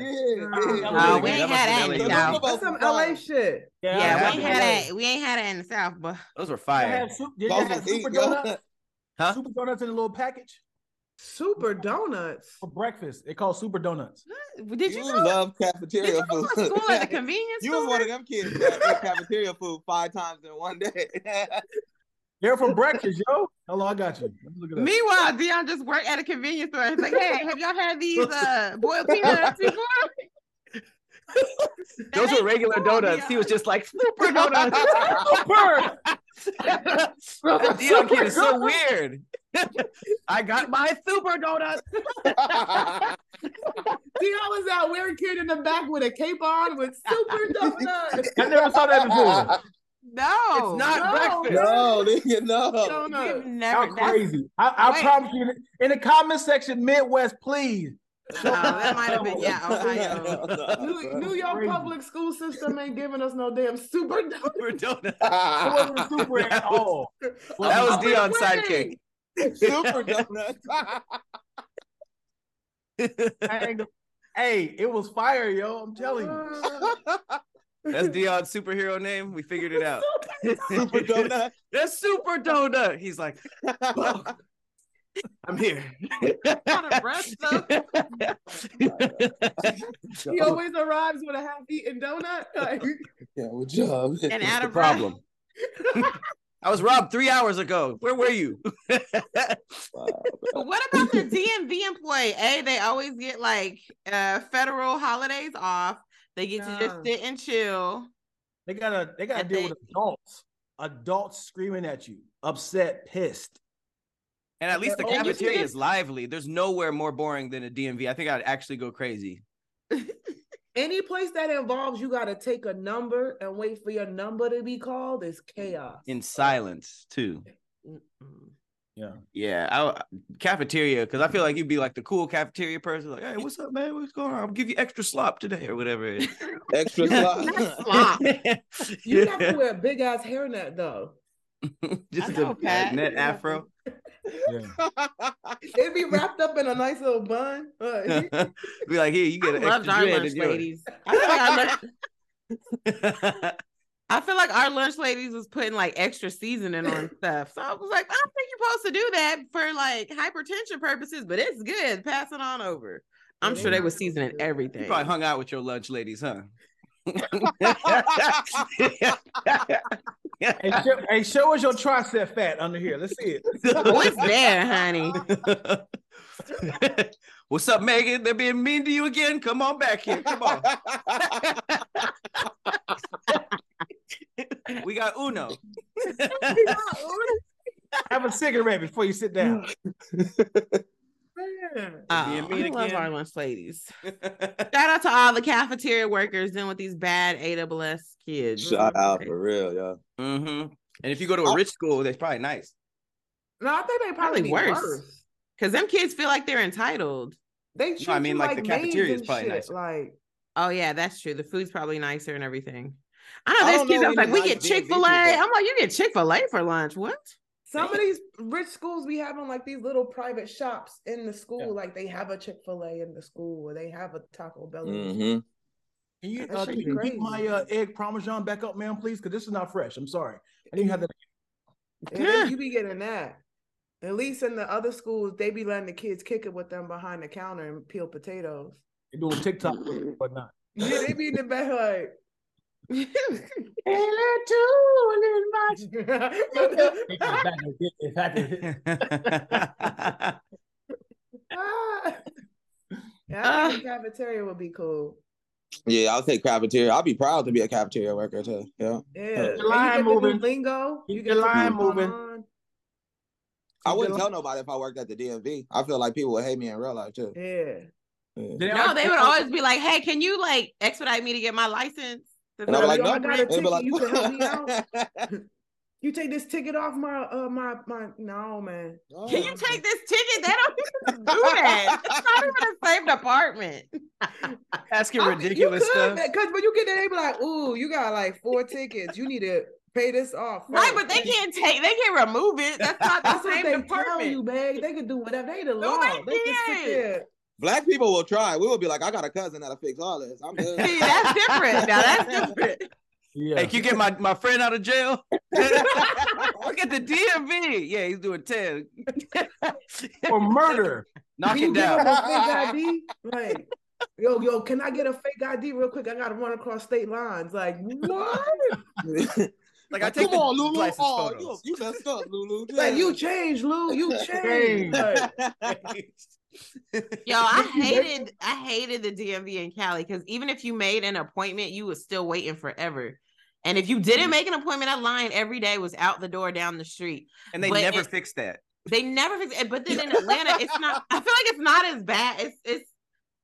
Speaker 3: little, yeah,
Speaker 1: No,
Speaker 3: yeah.
Speaker 1: we ain't
Speaker 5: That
Speaker 1: had that
Speaker 5: must
Speaker 1: in
Speaker 5: have
Speaker 1: the
Speaker 5: been
Speaker 1: South.
Speaker 5: illegal.
Speaker 2: That's some LA shit.
Speaker 1: Yeah,
Speaker 5: Yeah,
Speaker 1: we ain't
Speaker 5: that
Speaker 1: had
Speaker 5: was-
Speaker 1: that. We ain't had it in the South, but
Speaker 5: Those were
Speaker 4: Y'all
Speaker 5: fire.
Speaker 4: have soup, y'all
Speaker 3: Both
Speaker 4: have
Speaker 3: was
Speaker 4: super
Speaker 3: eating, yo.
Speaker 4: donuts.
Speaker 5: Huh?
Speaker 4: Super donuts in a little package
Speaker 2: Super donuts.
Speaker 4: for breakfast. They call super donuts.
Speaker 1: did you,
Speaker 3: You
Speaker 1: go?
Speaker 3: love
Speaker 1: Did
Speaker 3: cafeteria
Speaker 1: you go
Speaker 3: food.
Speaker 1: to school at the convenience
Speaker 3: You
Speaker 1: store?
Speaker 3: was one of them kids that ate cafeteria food five times in one day.
Speaker 4: They're for breakfast, yo. Hello, I got you. Let me look it up.
Speaker 1: Meanwhile, Dion just worked at a convenience store. He's like, "Hey, have y'all had these uh, boiled peanuts before?" That
Speaker 5: Those were
Speaker 1: ain't
Speaker 5: regular
Speaker 1: cool,
Speaker 5: donuts. He
Speaker 1: Dion.
Speaker 5: was just like super donuts.
Speaker 7: Super.
Speaker 5: That Dion kid is so weird. I got my super donuts.
Speaker 2: See, I was that weird kid in the back with a cape on with super donuts.
Speaker 7: I never saw that before.
Speaker 1: No,
Speaker 5: It's not
Speaker 2: no.
Speaker 5: breakfast.
Speaker 3: no, nigga, no.
Speaker 1: We've
Speaker 2: donuts.
Speaker 1: never.
Speaker 4: How
Speaker 1: that's-
Speaker 4: crazy! I, I
Speaker 1: Wait.
Speaker 4: promise you. In the comment section, Midwest, please.
Speaker 1: no, that might have been yeah, Ohio.
Speaker 2: New, New York
Speaker 4: Crazy.
Speaker 2: public school system ain't giving us no damn super donuts.
Speaker 5: Super donuts.
Speaker 4: It wasn't super at all.
Speaker 5: That was
Speaker 2: I've been
Speaker 5: Dion's sidekick.
Speaker 2: winning.
Speaker 3: Super donuts.
Speaker 4: I ain't gonna- hey, it was fire, yo. I'm telling you.
Speaker 5: That's Dion's superhero name. We figured it out.
Speaker 3: Super donut.
Speaker 5: That's super donut. He's like, "Fuck, I'm here.
Speaker 1: Out of breath, though.
Speaker 2: He always arrives with a half-eaten donut. Like,
Speaker 3: Yeah, what job?
Speaker 1: and out
Speaker 5: the
Speaker 1: of breath.
Speaker 5: problem. I was robbed three hours ago. Where were you?
Speaker 1: But What about the DMV employee? A, they always get like uh, federal holidays off. They get to just
Speaker 2: Yeah.
Speaker 1: sit and chill.
Speaker 4: They gotta they gotta
Speaker 1: And
Speaker 4: deal
Speaker 1: they-
Speaker 4: with adults. Adults screaming at you, upset, pissed.
Speaker 5: And at least the
Speaker 1: And you
Speaker 5: cafeteria
Speaker 1: can't-
Speaker 5: is lively. There's nowhere more boring than a DMV. I think I'd actually go crazy.
Speaker 2: Any place that involves you got to take a number and wait for your number to be called is chaos.
Speaker 5: in silence too.
Speaker 1: Mm-mm.
Speaker 5: Yeah, I, cafeteria because I feel like you'd be like the cool cafeteria person, like, "Hey, what's up, man? What's going on? I'll give you extra slop today or whatever." It is.
Speaker 3: Extra
Speaker 1: That's
Speaker 3: slot.
Speaker 1: slop.
Speaker 2: You have to wear a big ass hairnet though.
Speaker 5: Just
Speaker 1: I
Speaker 5: a
Speaker 1: know, Pat.
Speaker 5: net afro.
Speaker 2: It'd be wrapped up in a nice little bun.
Speaker 5: be
Speaker 2: Like,
Speaker 5: like, "Here, you
Speaker 1: I
Speaker 5: get an
Speaker 1: loved
Speaker 5: extra
Speaker 1: our
Speaker 5: dread
Speaker 1: lunch
Speaker 5: in yours."
Speaker 1: ladies. I feel, like our lunch, I feel like our lunch ladies was putting like extra seasoning on stuff. So I was like, I don't think you're supposed to do that for like hypertension purposes, but it's good. Pass it on over. I'm
Speaker 2: Yeah,
Speaker 1: sure
Speaker 2: they
Speaker 1: they were
Speaker 2: might as well
Speaker 1: seasoning
Speaker 2: do that.
Speaker 5: You
Speaker 1: everything.
Speaker 5: probably hung out with your lunch ladies, huh?
Speaker 4: Hey, show, hey, show us your tricep fat under here. Let's see it.
Speaker 1: Oh, it's there, honey.
Speaker 5: What's up, Megan? They're being mean to you again. Come on back here. Come on. We got Uno.
Speaker 2: "Oh,
Speaker 4: Have a cigarette before you sit down.
Speaker 2: man.
Speaker 1: Oh,
Speaker 5: mean
Speaker 1: I love
Speaker 5: again.
Speaker 1: our lunch ladies. Shout out to all the cafeteria workers dealing with these bad AWS kids.
Speaker 3: Shout out for real, yeah.
Speaker 5: Mm-hmm. And if you go to a rich school, that's probably nice.
Speaker 2: No, I think they
Speaker 1: Probably
Speaker 2: probably, be
Speaker 1: worse.
Speaker 2: worse.
Speaker 1: Because them kids feel like they're entitled.
Speaker 2: They treat
Speaker 5: I mean,
Speaker 2: you
Speaker 5: like,
Speaker 2: like,
Speaker 5: the
Speaker 2: maids
Speaker 5: cafeteria is
Speaker 2: and
Speaker 5: probably
Speaker 2: shit,
Speaker 5: nicer.
Speaker 2: Like
Speaker 1: Oh, yeah, that's true. The food's probably nicer and everything. I
Speaker 3: I
Speaker 1: know there's
Speaker 3: don't
Speaker 1: kids that
Speaker 3: know
Speaker 1: was like,
Speaker 3: any
Speaker 1: we
Speaker 3: nice
Speaker 1: get
Speaker 3: B&B
Speaker 1: Chick fil A.
Speaker 3: people.
Speaker 1: I'm like, you get Chick fil A for lunch. What?
Speaker 2: some of these rich schools be having like these little private shops in the school.
Speaker 4: Yeah.
Speaker 2: Like they have a Chick Fil A in the school, or they have a Taco Bell. in the school.
Speaker 3: Mm-hmm.
Speaker 4: Can you
Speaker 2: That
Speaker 4: uh,
Speaker 2: shit
Speaker 4: can you
Speaker 2: crazy.
Speaker 4: keep my uh, egg parmesan back up, ma'am, please? Because this is not fresh. I'm sorry. I didn't have that.
Speaker 2: And then you be getting that. At least in the other schools, they be letting the kids kick it with them behind the counter and peel potatoes.
Speaker 4: They doing TikTok, but not.
Speaker 2: Yeah, they be in the back hood.
Speaker 4: They just back and get- they back and get-
Speaker 2: ah. yeah, I think the cafeteria would be cool.
Speaker 3: Yeah, I'll take cafeteria. I'll be proud to be a cafeteria worker too. Yeah.
Speaker 2: Yeah,
Speaker 3: Keep
Speaker 2: And
Speaker 4: your line
Speaker 2: you get the new
Speaker 4: moving.
Speaker 2: lingo.
Speaker 4: Keep
Speaker 2: you
Speaker 4: your
Speaker 2: get the
Speaker 4: line
Speaker 2: new
Speaker 4: moving.
Speaker 2: line.
Speaker 3: I
Speaker 4: You
Speaker 3: wouldn't
Speaker 4: good
Speaker 3: tell nobody if I worked at the DMV. I feel like people would hate me in real life too.
Speaker 2: Yeah,
Speaker 3: Yeah.
Speaker 4: They
Speaker 1: No,
Speaker 4: are-
Speaker 1: they would always be like, hey, can you like expedite me to get my license?
Speaker 3: And I'd be like,
Speaker 2: Yo,
Speaker 3: no,
Speaker 2: I got a
Speaker 3: They'd be
Speaker 2: ticket.
Speaker 3: like,
Speaker 2: You can help me out. You take this ticket off my uh my my no man.
Speaker 3: Oh,
Speaker 1: Can you take this ticket? They don't even do that. It's not even the same department.
Speaker 5: Asking
Speaker 2: Oh,
Speaker 5: ridiculous stuff.
Speaker 2: Because when you get there, they be like, "Ooh, you got like four tickets. You need to pay this off."
Speaker 1: Right,
Speaker 2: first."
Speaker 1: but they can't take, they can't remove it. That's not the
Speaker 2: That's what
Speaker 1: same
Speaker 2: they
Speaker 1: department.
Speaker 2: tell you, man. They could do whatever. They the
Speaker 1: No,
Speaker 2: law.
Speaker 1: they
Speaker 2: They, can sit
Speaker 1: did.
Speaker 2: there.
Speaker 3: Black people will try. We will be like, I got a cousin that'll fix all this. I'm good.
Speaker 1: See, that's different. Now that's different.
Speaker 4: Yeah.
Speaker 5: Hey, can you get my, my friend out of jail? Look at the DMV. Yeah, he's doing 10.
Speaker 4: for murder.
Speaker 5: Knock
Speaker 2: Can you
Speaker 5: it
Speaker 2: give him
Speaker 5: down.
Speaker 2: a fake ID? Like, yo, yo, can I get a fake ID real quick? I gotta run across state lines. Like, what?
Speaker 5: Like, I take
Speaker 3: Come on,
Speaker 5: the
Speaker 3: Lulu.
Speaker 5: license
Speaker 3: Oh,
Speaker 5: photos.
Speaker 3: You, you messed up, Lulu.
Speaker 2: Like, you changed, Lou. You changed. Like,
Speaker 1: Yo, I hated I hated the DMV in Cali because even if you made an appointment, you was still waiting forever. And if you
Speaker 3: Mm.
Speaker 1: didn't make an appointment, that line every day was out the door down the street.
Speaker 5: And they
Speaker 1: But
Speaker 5: never
Speaker 1: it-
Speaker 5: fixed that.
Speaker 1: They never fix it. But then in Atlanta, it's not. I feel like it's not as bad. It's it's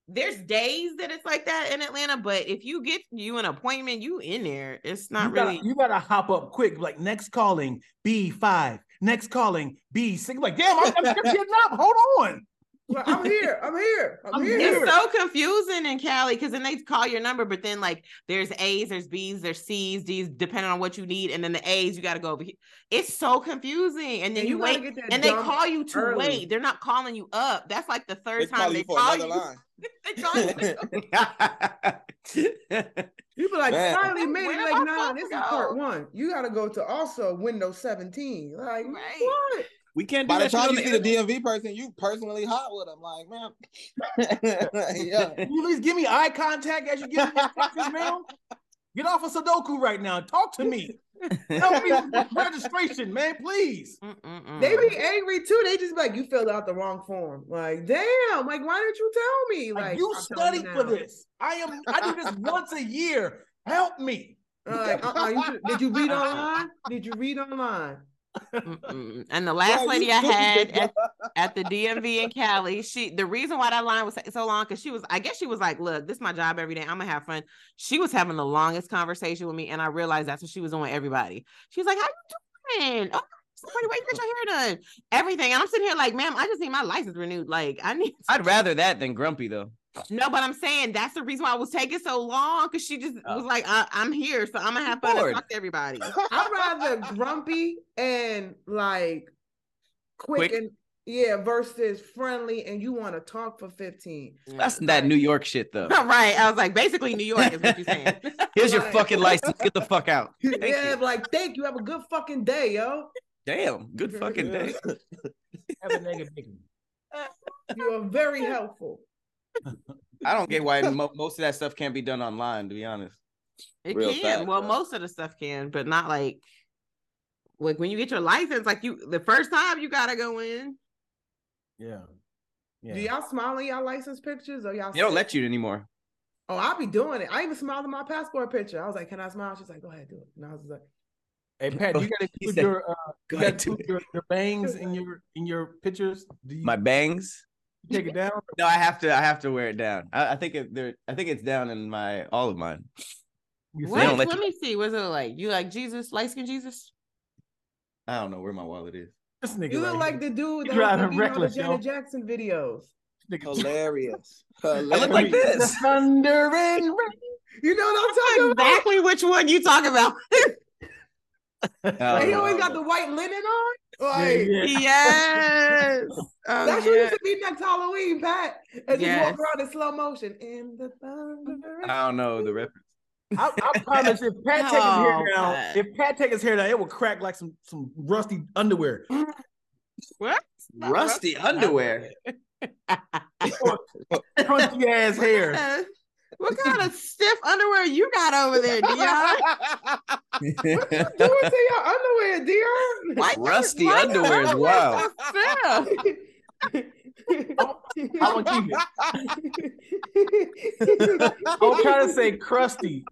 Speaker 1: there's days that it's like that in Atlanta, but if you get you an appointment, you in there. It's not
Speaker 4: you
Speaker 1: really.
Speaker 4: Gotta, you gotta hop up quick. Like next calling B five. Next calling B six. Like damn, I'm, I'm just getting up. Hold on.
Speaker 2: well, I'm here. I'm here. I'm,
Speaker 4: I'm
Speaker 2: here.
Speaker 4: here.
Speaker 1: It's so confusing in Cali because then they call your number, but then like there's A's, there's B's, there's C's, D's, depending on what you need, and then the A's you got to go over here. It's so confusing, and then you,
Speaker 2: gotta
Speaker 1: wait,
Speaker 2: get that
Speaker 1: and they
Speaker 2: dumb-
Speaker 1: call you to
Speaker 2: early.
Speaker 1: wait. They're not calling you up. That's like the third
Speaker 3: They
Speaker 1: time
Speaker 3: call
Speaker 1: they
Speaker 3: you for
Speaker 1: call
Speaker 3: another
Speaker 1: you.
Speaker 3: line.
Speaker 1: They call you.
Speaker 2: You be like,
Speaker 3: Man.
Speaker 2: finally made
Speaker 1: Where
Speaker 2: it.
Speaker 1: am I
Speaker 2: Like, nah,
Speaker 1: supposed to
Speaker 2: this is
Speaker 1: go?
Speaker 2: part one. You gotta go to also window 17. Like,
Speaker 1: Right.
Speaker 2: what?
Speaker 5: we can't do
Speaker 3: By the
Speaker 5: that. shit
Speaker 3: time
Speaker 5: on
Speaker 3: you
Speaker 5: the
Speaker 3: see the DMV person, you personally hot with them. Like, man. yeah.
Speaker 4: Can you at least give me eye contact as you give me your instructions, ma'am? Get off of Sudoku right now. Talk to me. Help me with registration, man, please.
Speaker 1: Mm-mm-mm.
Speaker 2: They
Speaker 5: Mm.
Speaker 2: be angry too. They just be like, you filled out the wrong form. Like, damn, like, why didn't you tell me?
Speaker 4: Like,
Speaker 2: Like,
Speaker 4: you
Speaker 2: I'm telling
Speaker 4: studied for
Speaker 2: now.
Speaker 4: this. I am. I do this once a year. Help me.
Speaker 2: Like, uh-uh, you should- did you read online? Did you read online?
Speaker 1: Mm-mm. And the last
Speaker 3: you
Speaker 1: lady I
Speaker 3: stupid
Speaker 1: had
Speaker 3: bitch.
Speaker 1: at, at the DMV in Cali, she the reason why that line was so long because she was, I guess she was like, "Look, this is my job every day. I'm gonna have fun." She was having the longest conversation with me, and I realized that's what she was doing. with Everybody, she was like, "How you doing? Oh, somebody wait, get your hair done, everything." And I'm sitting here like, "Ma'am, I just need my license renewed. Like, I need."
Speaker 5: I'd rather that than grumpy, though.
Speaker 1: No, but I'm saying that's the reason why it was taking so long because she just
Speaker 3: Oh.
Speaker 1: was like, I- "I'm here, so I'm gonna have fun and
Speaker 5: Bored.
Speaker 1: talk to everybody."
Speaker 2: I'd rather grumpy and like quick,
Speaker 5: Quick.
Speaker 2: and yeah, versus friendly and you want to talk for 15.
Speaker 5: That's that New York shit, though.
Speaker 1: right. I was like, basically, New York is what you're saying.
Speaker 5: Here's your
Speaker 2: Right.
Speaker 5: fucking license. Get the fuck out. Thank
Speaker 2: yeah,
Speaker 5: you.
Speaker 2: like thank you. Have a good fucking day, yo.
Speaker 5: Damn. Good fucking day.
Speaker 4: Have a negative thinking.
Speaker 2: You are very helpful.
Speaker 5: I don't get why mo- most of that stuff can't be done online, to be honest.
Speaker 1: It
Speaker 3: Real
Speaker 1: can.
Speaker 3: fact,
Speaker 1: well,
Speaker 3: yeah.
Speaker 1: most of the stuff can, but not like like when you get your license, like you the first time you gotta go in.
Speaker 4: Yeah. Yeah.
Speaker 2: Do y'all smile in y'all license pictures or y'all?
Speaker 5: They don't let you anymore.
Speaker 2: Oh, I'll be doing it. I even smiled in my passport picture. I was like, "Can I smile?" She's like, "Go ahead, do it." And I was like,
Speaker 4: Hey Pat, you gotta
Speaker 5: He
Speaker 4: include
Speaker 5: said,
Speaker 4: your uh, you
Speaker 5: Go
Speaker 4: gotta
Speaker 5: ahead, do
Speaker 4: include your, your bangs in your in your pictures. Do you
Speaker 5: My bangs.
Speaker 4: Take it down.
Speaker 5: No, I have to. I have to wear it down. I, I think it, there. I think it's down in my all of mine.
Speaker 1: What?
Speaker 5: don't
Speaker 1: Let,
Speaker 5: let you-
Speaker 1: me see. What's it like? You like Jesus, light skin Jesus?
Speaker 5: I don't know where my wallet is.
Speaker 4: This nigga.
Speaker 2: You
Speaker 4: right
Speaker 2: look like
Speaker 4: here.
Speaker 2: the dude
Speaker 4: You
Speaker 2: that was
Speaker 4: driving
Speaker 2: looking at all the
Speaker 4: reckless, yo.
Speaker 2: Janet Jackson videos.
Speaker 4: Nigga,
Speaker 3: Hilarious.
Speaker 5: I look like
Speaker 3: Hilarious.
Speaker 5: this.
Speaker 4: thunder and rain.
Speaker 2: You know what I'm talking about?
Speaker 1: Exactly which one you talking about?
Speaker 2: And he
Speaker 5: Oh,
Speaker 2: always got the white linen on.
Speaker 4: Yeah,
Speaker 2: Like,
Speaker 4: yeah.
Speaker 1: yes. Oh,
Speaker 2: That's what
Speaker 1: yes.
Speaker 2: used to be next Halloween, Pat. And
Speaker 1: Yes. Uh.
Speaker 2: just walk around in slow motion. In the thunder.
Speaker 5: I don't know the reference.
Speaker 4: I, I promise if Pat take his
Speaker 1: Oh,
Speaker 4: hair down,
Speaker 1: Pat.
Speaker 4: if Pat take his hair down, it will crack like some some rusty underwear.
Speaker 1: What? Not
Speaker 5: Rusty underwear.
Speaker 4: Crunchy ass hair.
Speaker 1: Uh, What kind of stiff underwear you got over there, Dion?
Speaker 2: Do it to your underwear, dear.
Speaker 1: Why-
Speaker 5: Rusty
Speaker 1: why your
Speaker 5: underwear is wild.
Speaker 1: so stiff?
Speaker 4: I would keep it. I'm trying to say crusty.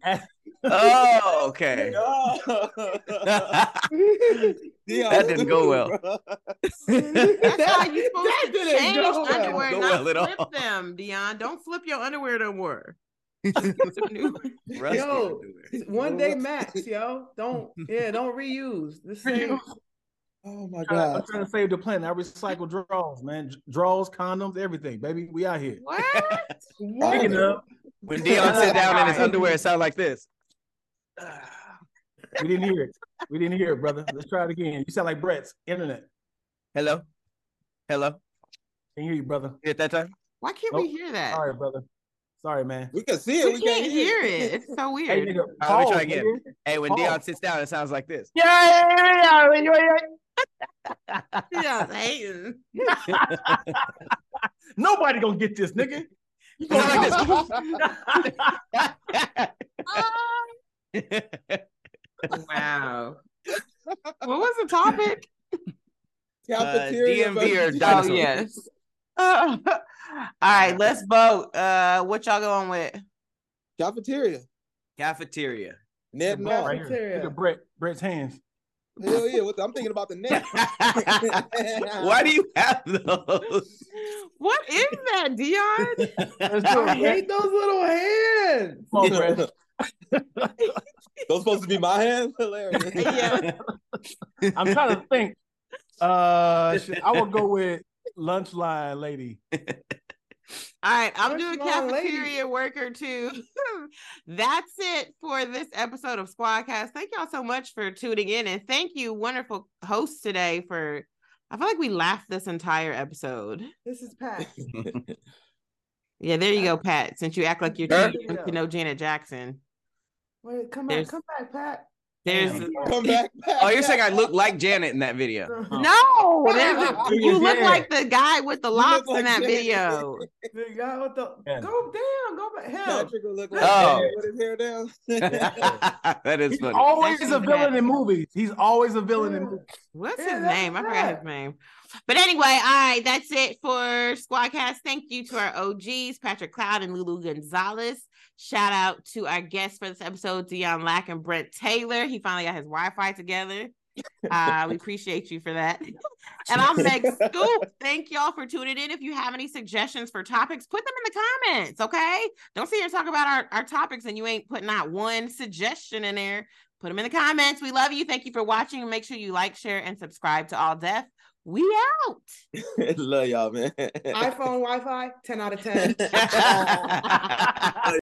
Speaker 5: Oh, okay.
Speaker 3: that
Speaker 5: That didn't go well.
Speaker 1: That's how you supposed
Speaker 2: That
Speaker 1: to
Speaker 2: didn't
Speaker 1: change
Speaker 2: go well.
Speaker 1: underwear,
Speaker 5: Go
Speaker 1: not
Speaker 5: well at
Speaker 1: flip
Speaker 5: all.
Speaker 1: them, Dion. Don't flip your underwear no more. Get some new ones.
Speaker 5: Rusty
Speaker 2: Yo.
Speaker 5: underwear.
Speaker 2: One day max, yo. Don't yeah, don't reuse. The same.
Speaker 4: I'm
Speaker 3: Oh
Speaker 1: Uh,
Speaker 3: my
Speaker 4: trying, I'm
Speaker 3: god.
Speaker 4: trying to save the planet. I recycle draws, man. Draws, condoms, everything, baby. We out here.
Speaker 1: What?
Speaker 4: Speaking
Speaker 3: Oh,
Speaker 4: of,
Speaker 5: When Dion sit down in his underwear, it sound like this.
Speaker 4: we didn't hear it. We didn't hear it, brother. Let's try it again. You sound like Brett's internet.
Speaker 5: Hello, hello.
Speaker 4: Can hear you, brother.
Speaker 5: At that time,
Speaker 1: Why can't we hear that?
Speaker 4: Sorry, brother. Sorry, man.
Speaker 3: we can see it.
Speaker 1: Oh, We, can't hear it. It's so
Speaker 4: Hey,
Speaker 1: weird.
Speaker 4: nigga,
Speaker 5: All right, let me try
Speaker 4: pause,
Speaker 5: again.
Speaker 4: nigga.
Speaker 5: hey, when
Speaker 4: Oh.
Speaker 5: Dion sits down, it sounds like this.
Speaker 1: Dion's hating.
Speaker 4: Nobody gonna get this, nigga. You
Speaker 5: It sound
Speaker 4: gonna
Speaker 5: like this.
Speaker 1: Wow. what was the topic?
Speaker 3: Cafeteria
Speaker 5: Uh, DMV
Speaker 3: versus
Speaker 5: or
Speaker 1: Oh
Speaker 5: Dinosaur.
Speaker 1: yes. Uh, all right, let's vote. Uh, what y'all going with?
Speaker 3: Cafeteria.
Speaker 5: Cafeteria.
Speaker 3: Net
Speaker 4: Brett
Speaker 3: North.
Speaker 4: right here.
Speaker 2: Material.
Speaker 4: Look at Brett. Brett's hands.
Speaker 3: Hell yeah. What the- I'm thinking about the net.
Speaker 5: Why do you have those?
Speaker 1: What is that, Dion?
Speaker 4: Let's do
Speaker 2: I
Speaker 4: it, Brett.
Speaker 2: hate those little hands.
Speaker 4: Come on, Brett.
Speaker 3: Those supposed to be my hands? Hilarious.
Speaker 1: yeah.
Speaker 4: I'm trying to think.
Speaker 5: Oh,
Speaker 4: Uh, shit, I would go with lunch line lady.
Speaker 1: All right, I'm
Speaker 2: First
Speaker 1: doing
Speaker 2: of all, ladies.
Speaker 1: cafeteria worker too. That's it for this episode of Squadcast. Thank y'all so much for tuning in, and thank you, wonderful hosts today. For I feel like we laughed this entire episode.
Speaker 2: This is Pat.
Speaker 1: Yeah, there you go, Pat. Since you act like you're
Speaker 5: Sure.
Speaker 1: too young to know Janet Jackson,
Speaker 2: Wait, come
Speaker 1: There's-
Speaker 2: back, come back, Pat.
Speaker 1: there's
Speaker 3: Come back.
Speaker 5: Oh, you're saying I look like Janet in that video.
Speaker 4: Uh-huh.
Speaker 1: no. There's a-
Speaker 4: It
Speaker 1: you
Speaker 4: was
Speaker 1: look
Speaker 4: there.
Speaker 1: like the guy with the
Speaker 3: look
Speaker 1: locks in
Speaker 3: like
Speaker 1: that
Speaker 3: Janet.
Speaker 1: video.
Speaker 2: The guy with the
Speaker 4: Yeah.
Speaker 2: go down, go back. Hell,
Speaker 3: Patrick will look like
Speaker 5: Oh.
Speaker 3: that with his hair down.
Speaker 5: that is
Speaker 4: He's
Speaker 5: funny.
Speaker 4: always
Speaker 1: That's
Speaker 4: a
Speaker 1: bad.
Speaker 4: villain in movies. He's always a villain in movies.
Speaker 1: What's
Speaker 2: Yeah,
Speaker 1: his
Speaker 2: that's
Speaker 1: name? I forgot his
Speaker 2: that.
Speaker 1: name. But anyway, all right, that's it for Squadcast. Thank you to our OGs, Patrick Cloud and Lulu Gonzalez. Shout out to our guests for this episode, Dion Lack and Brent Taylor. He finally got his Wi-Fi together. Uh, we appreciate you for that. And I'm Meg Scoop. Thank y'all for tuning in. If you have any suggestions for topics, put them in the comments, okay? Don't sit here and talk about our, our topics and you ain't putting out one suggestion in there put them in the comments. We love you. Thank you for watching. And Make sure you like, share, and subscribe to All Deaf. We out.
Speaker 3: Love y'all, man.
Speaker 2: iPhone Wi-Fi, ten out of ten.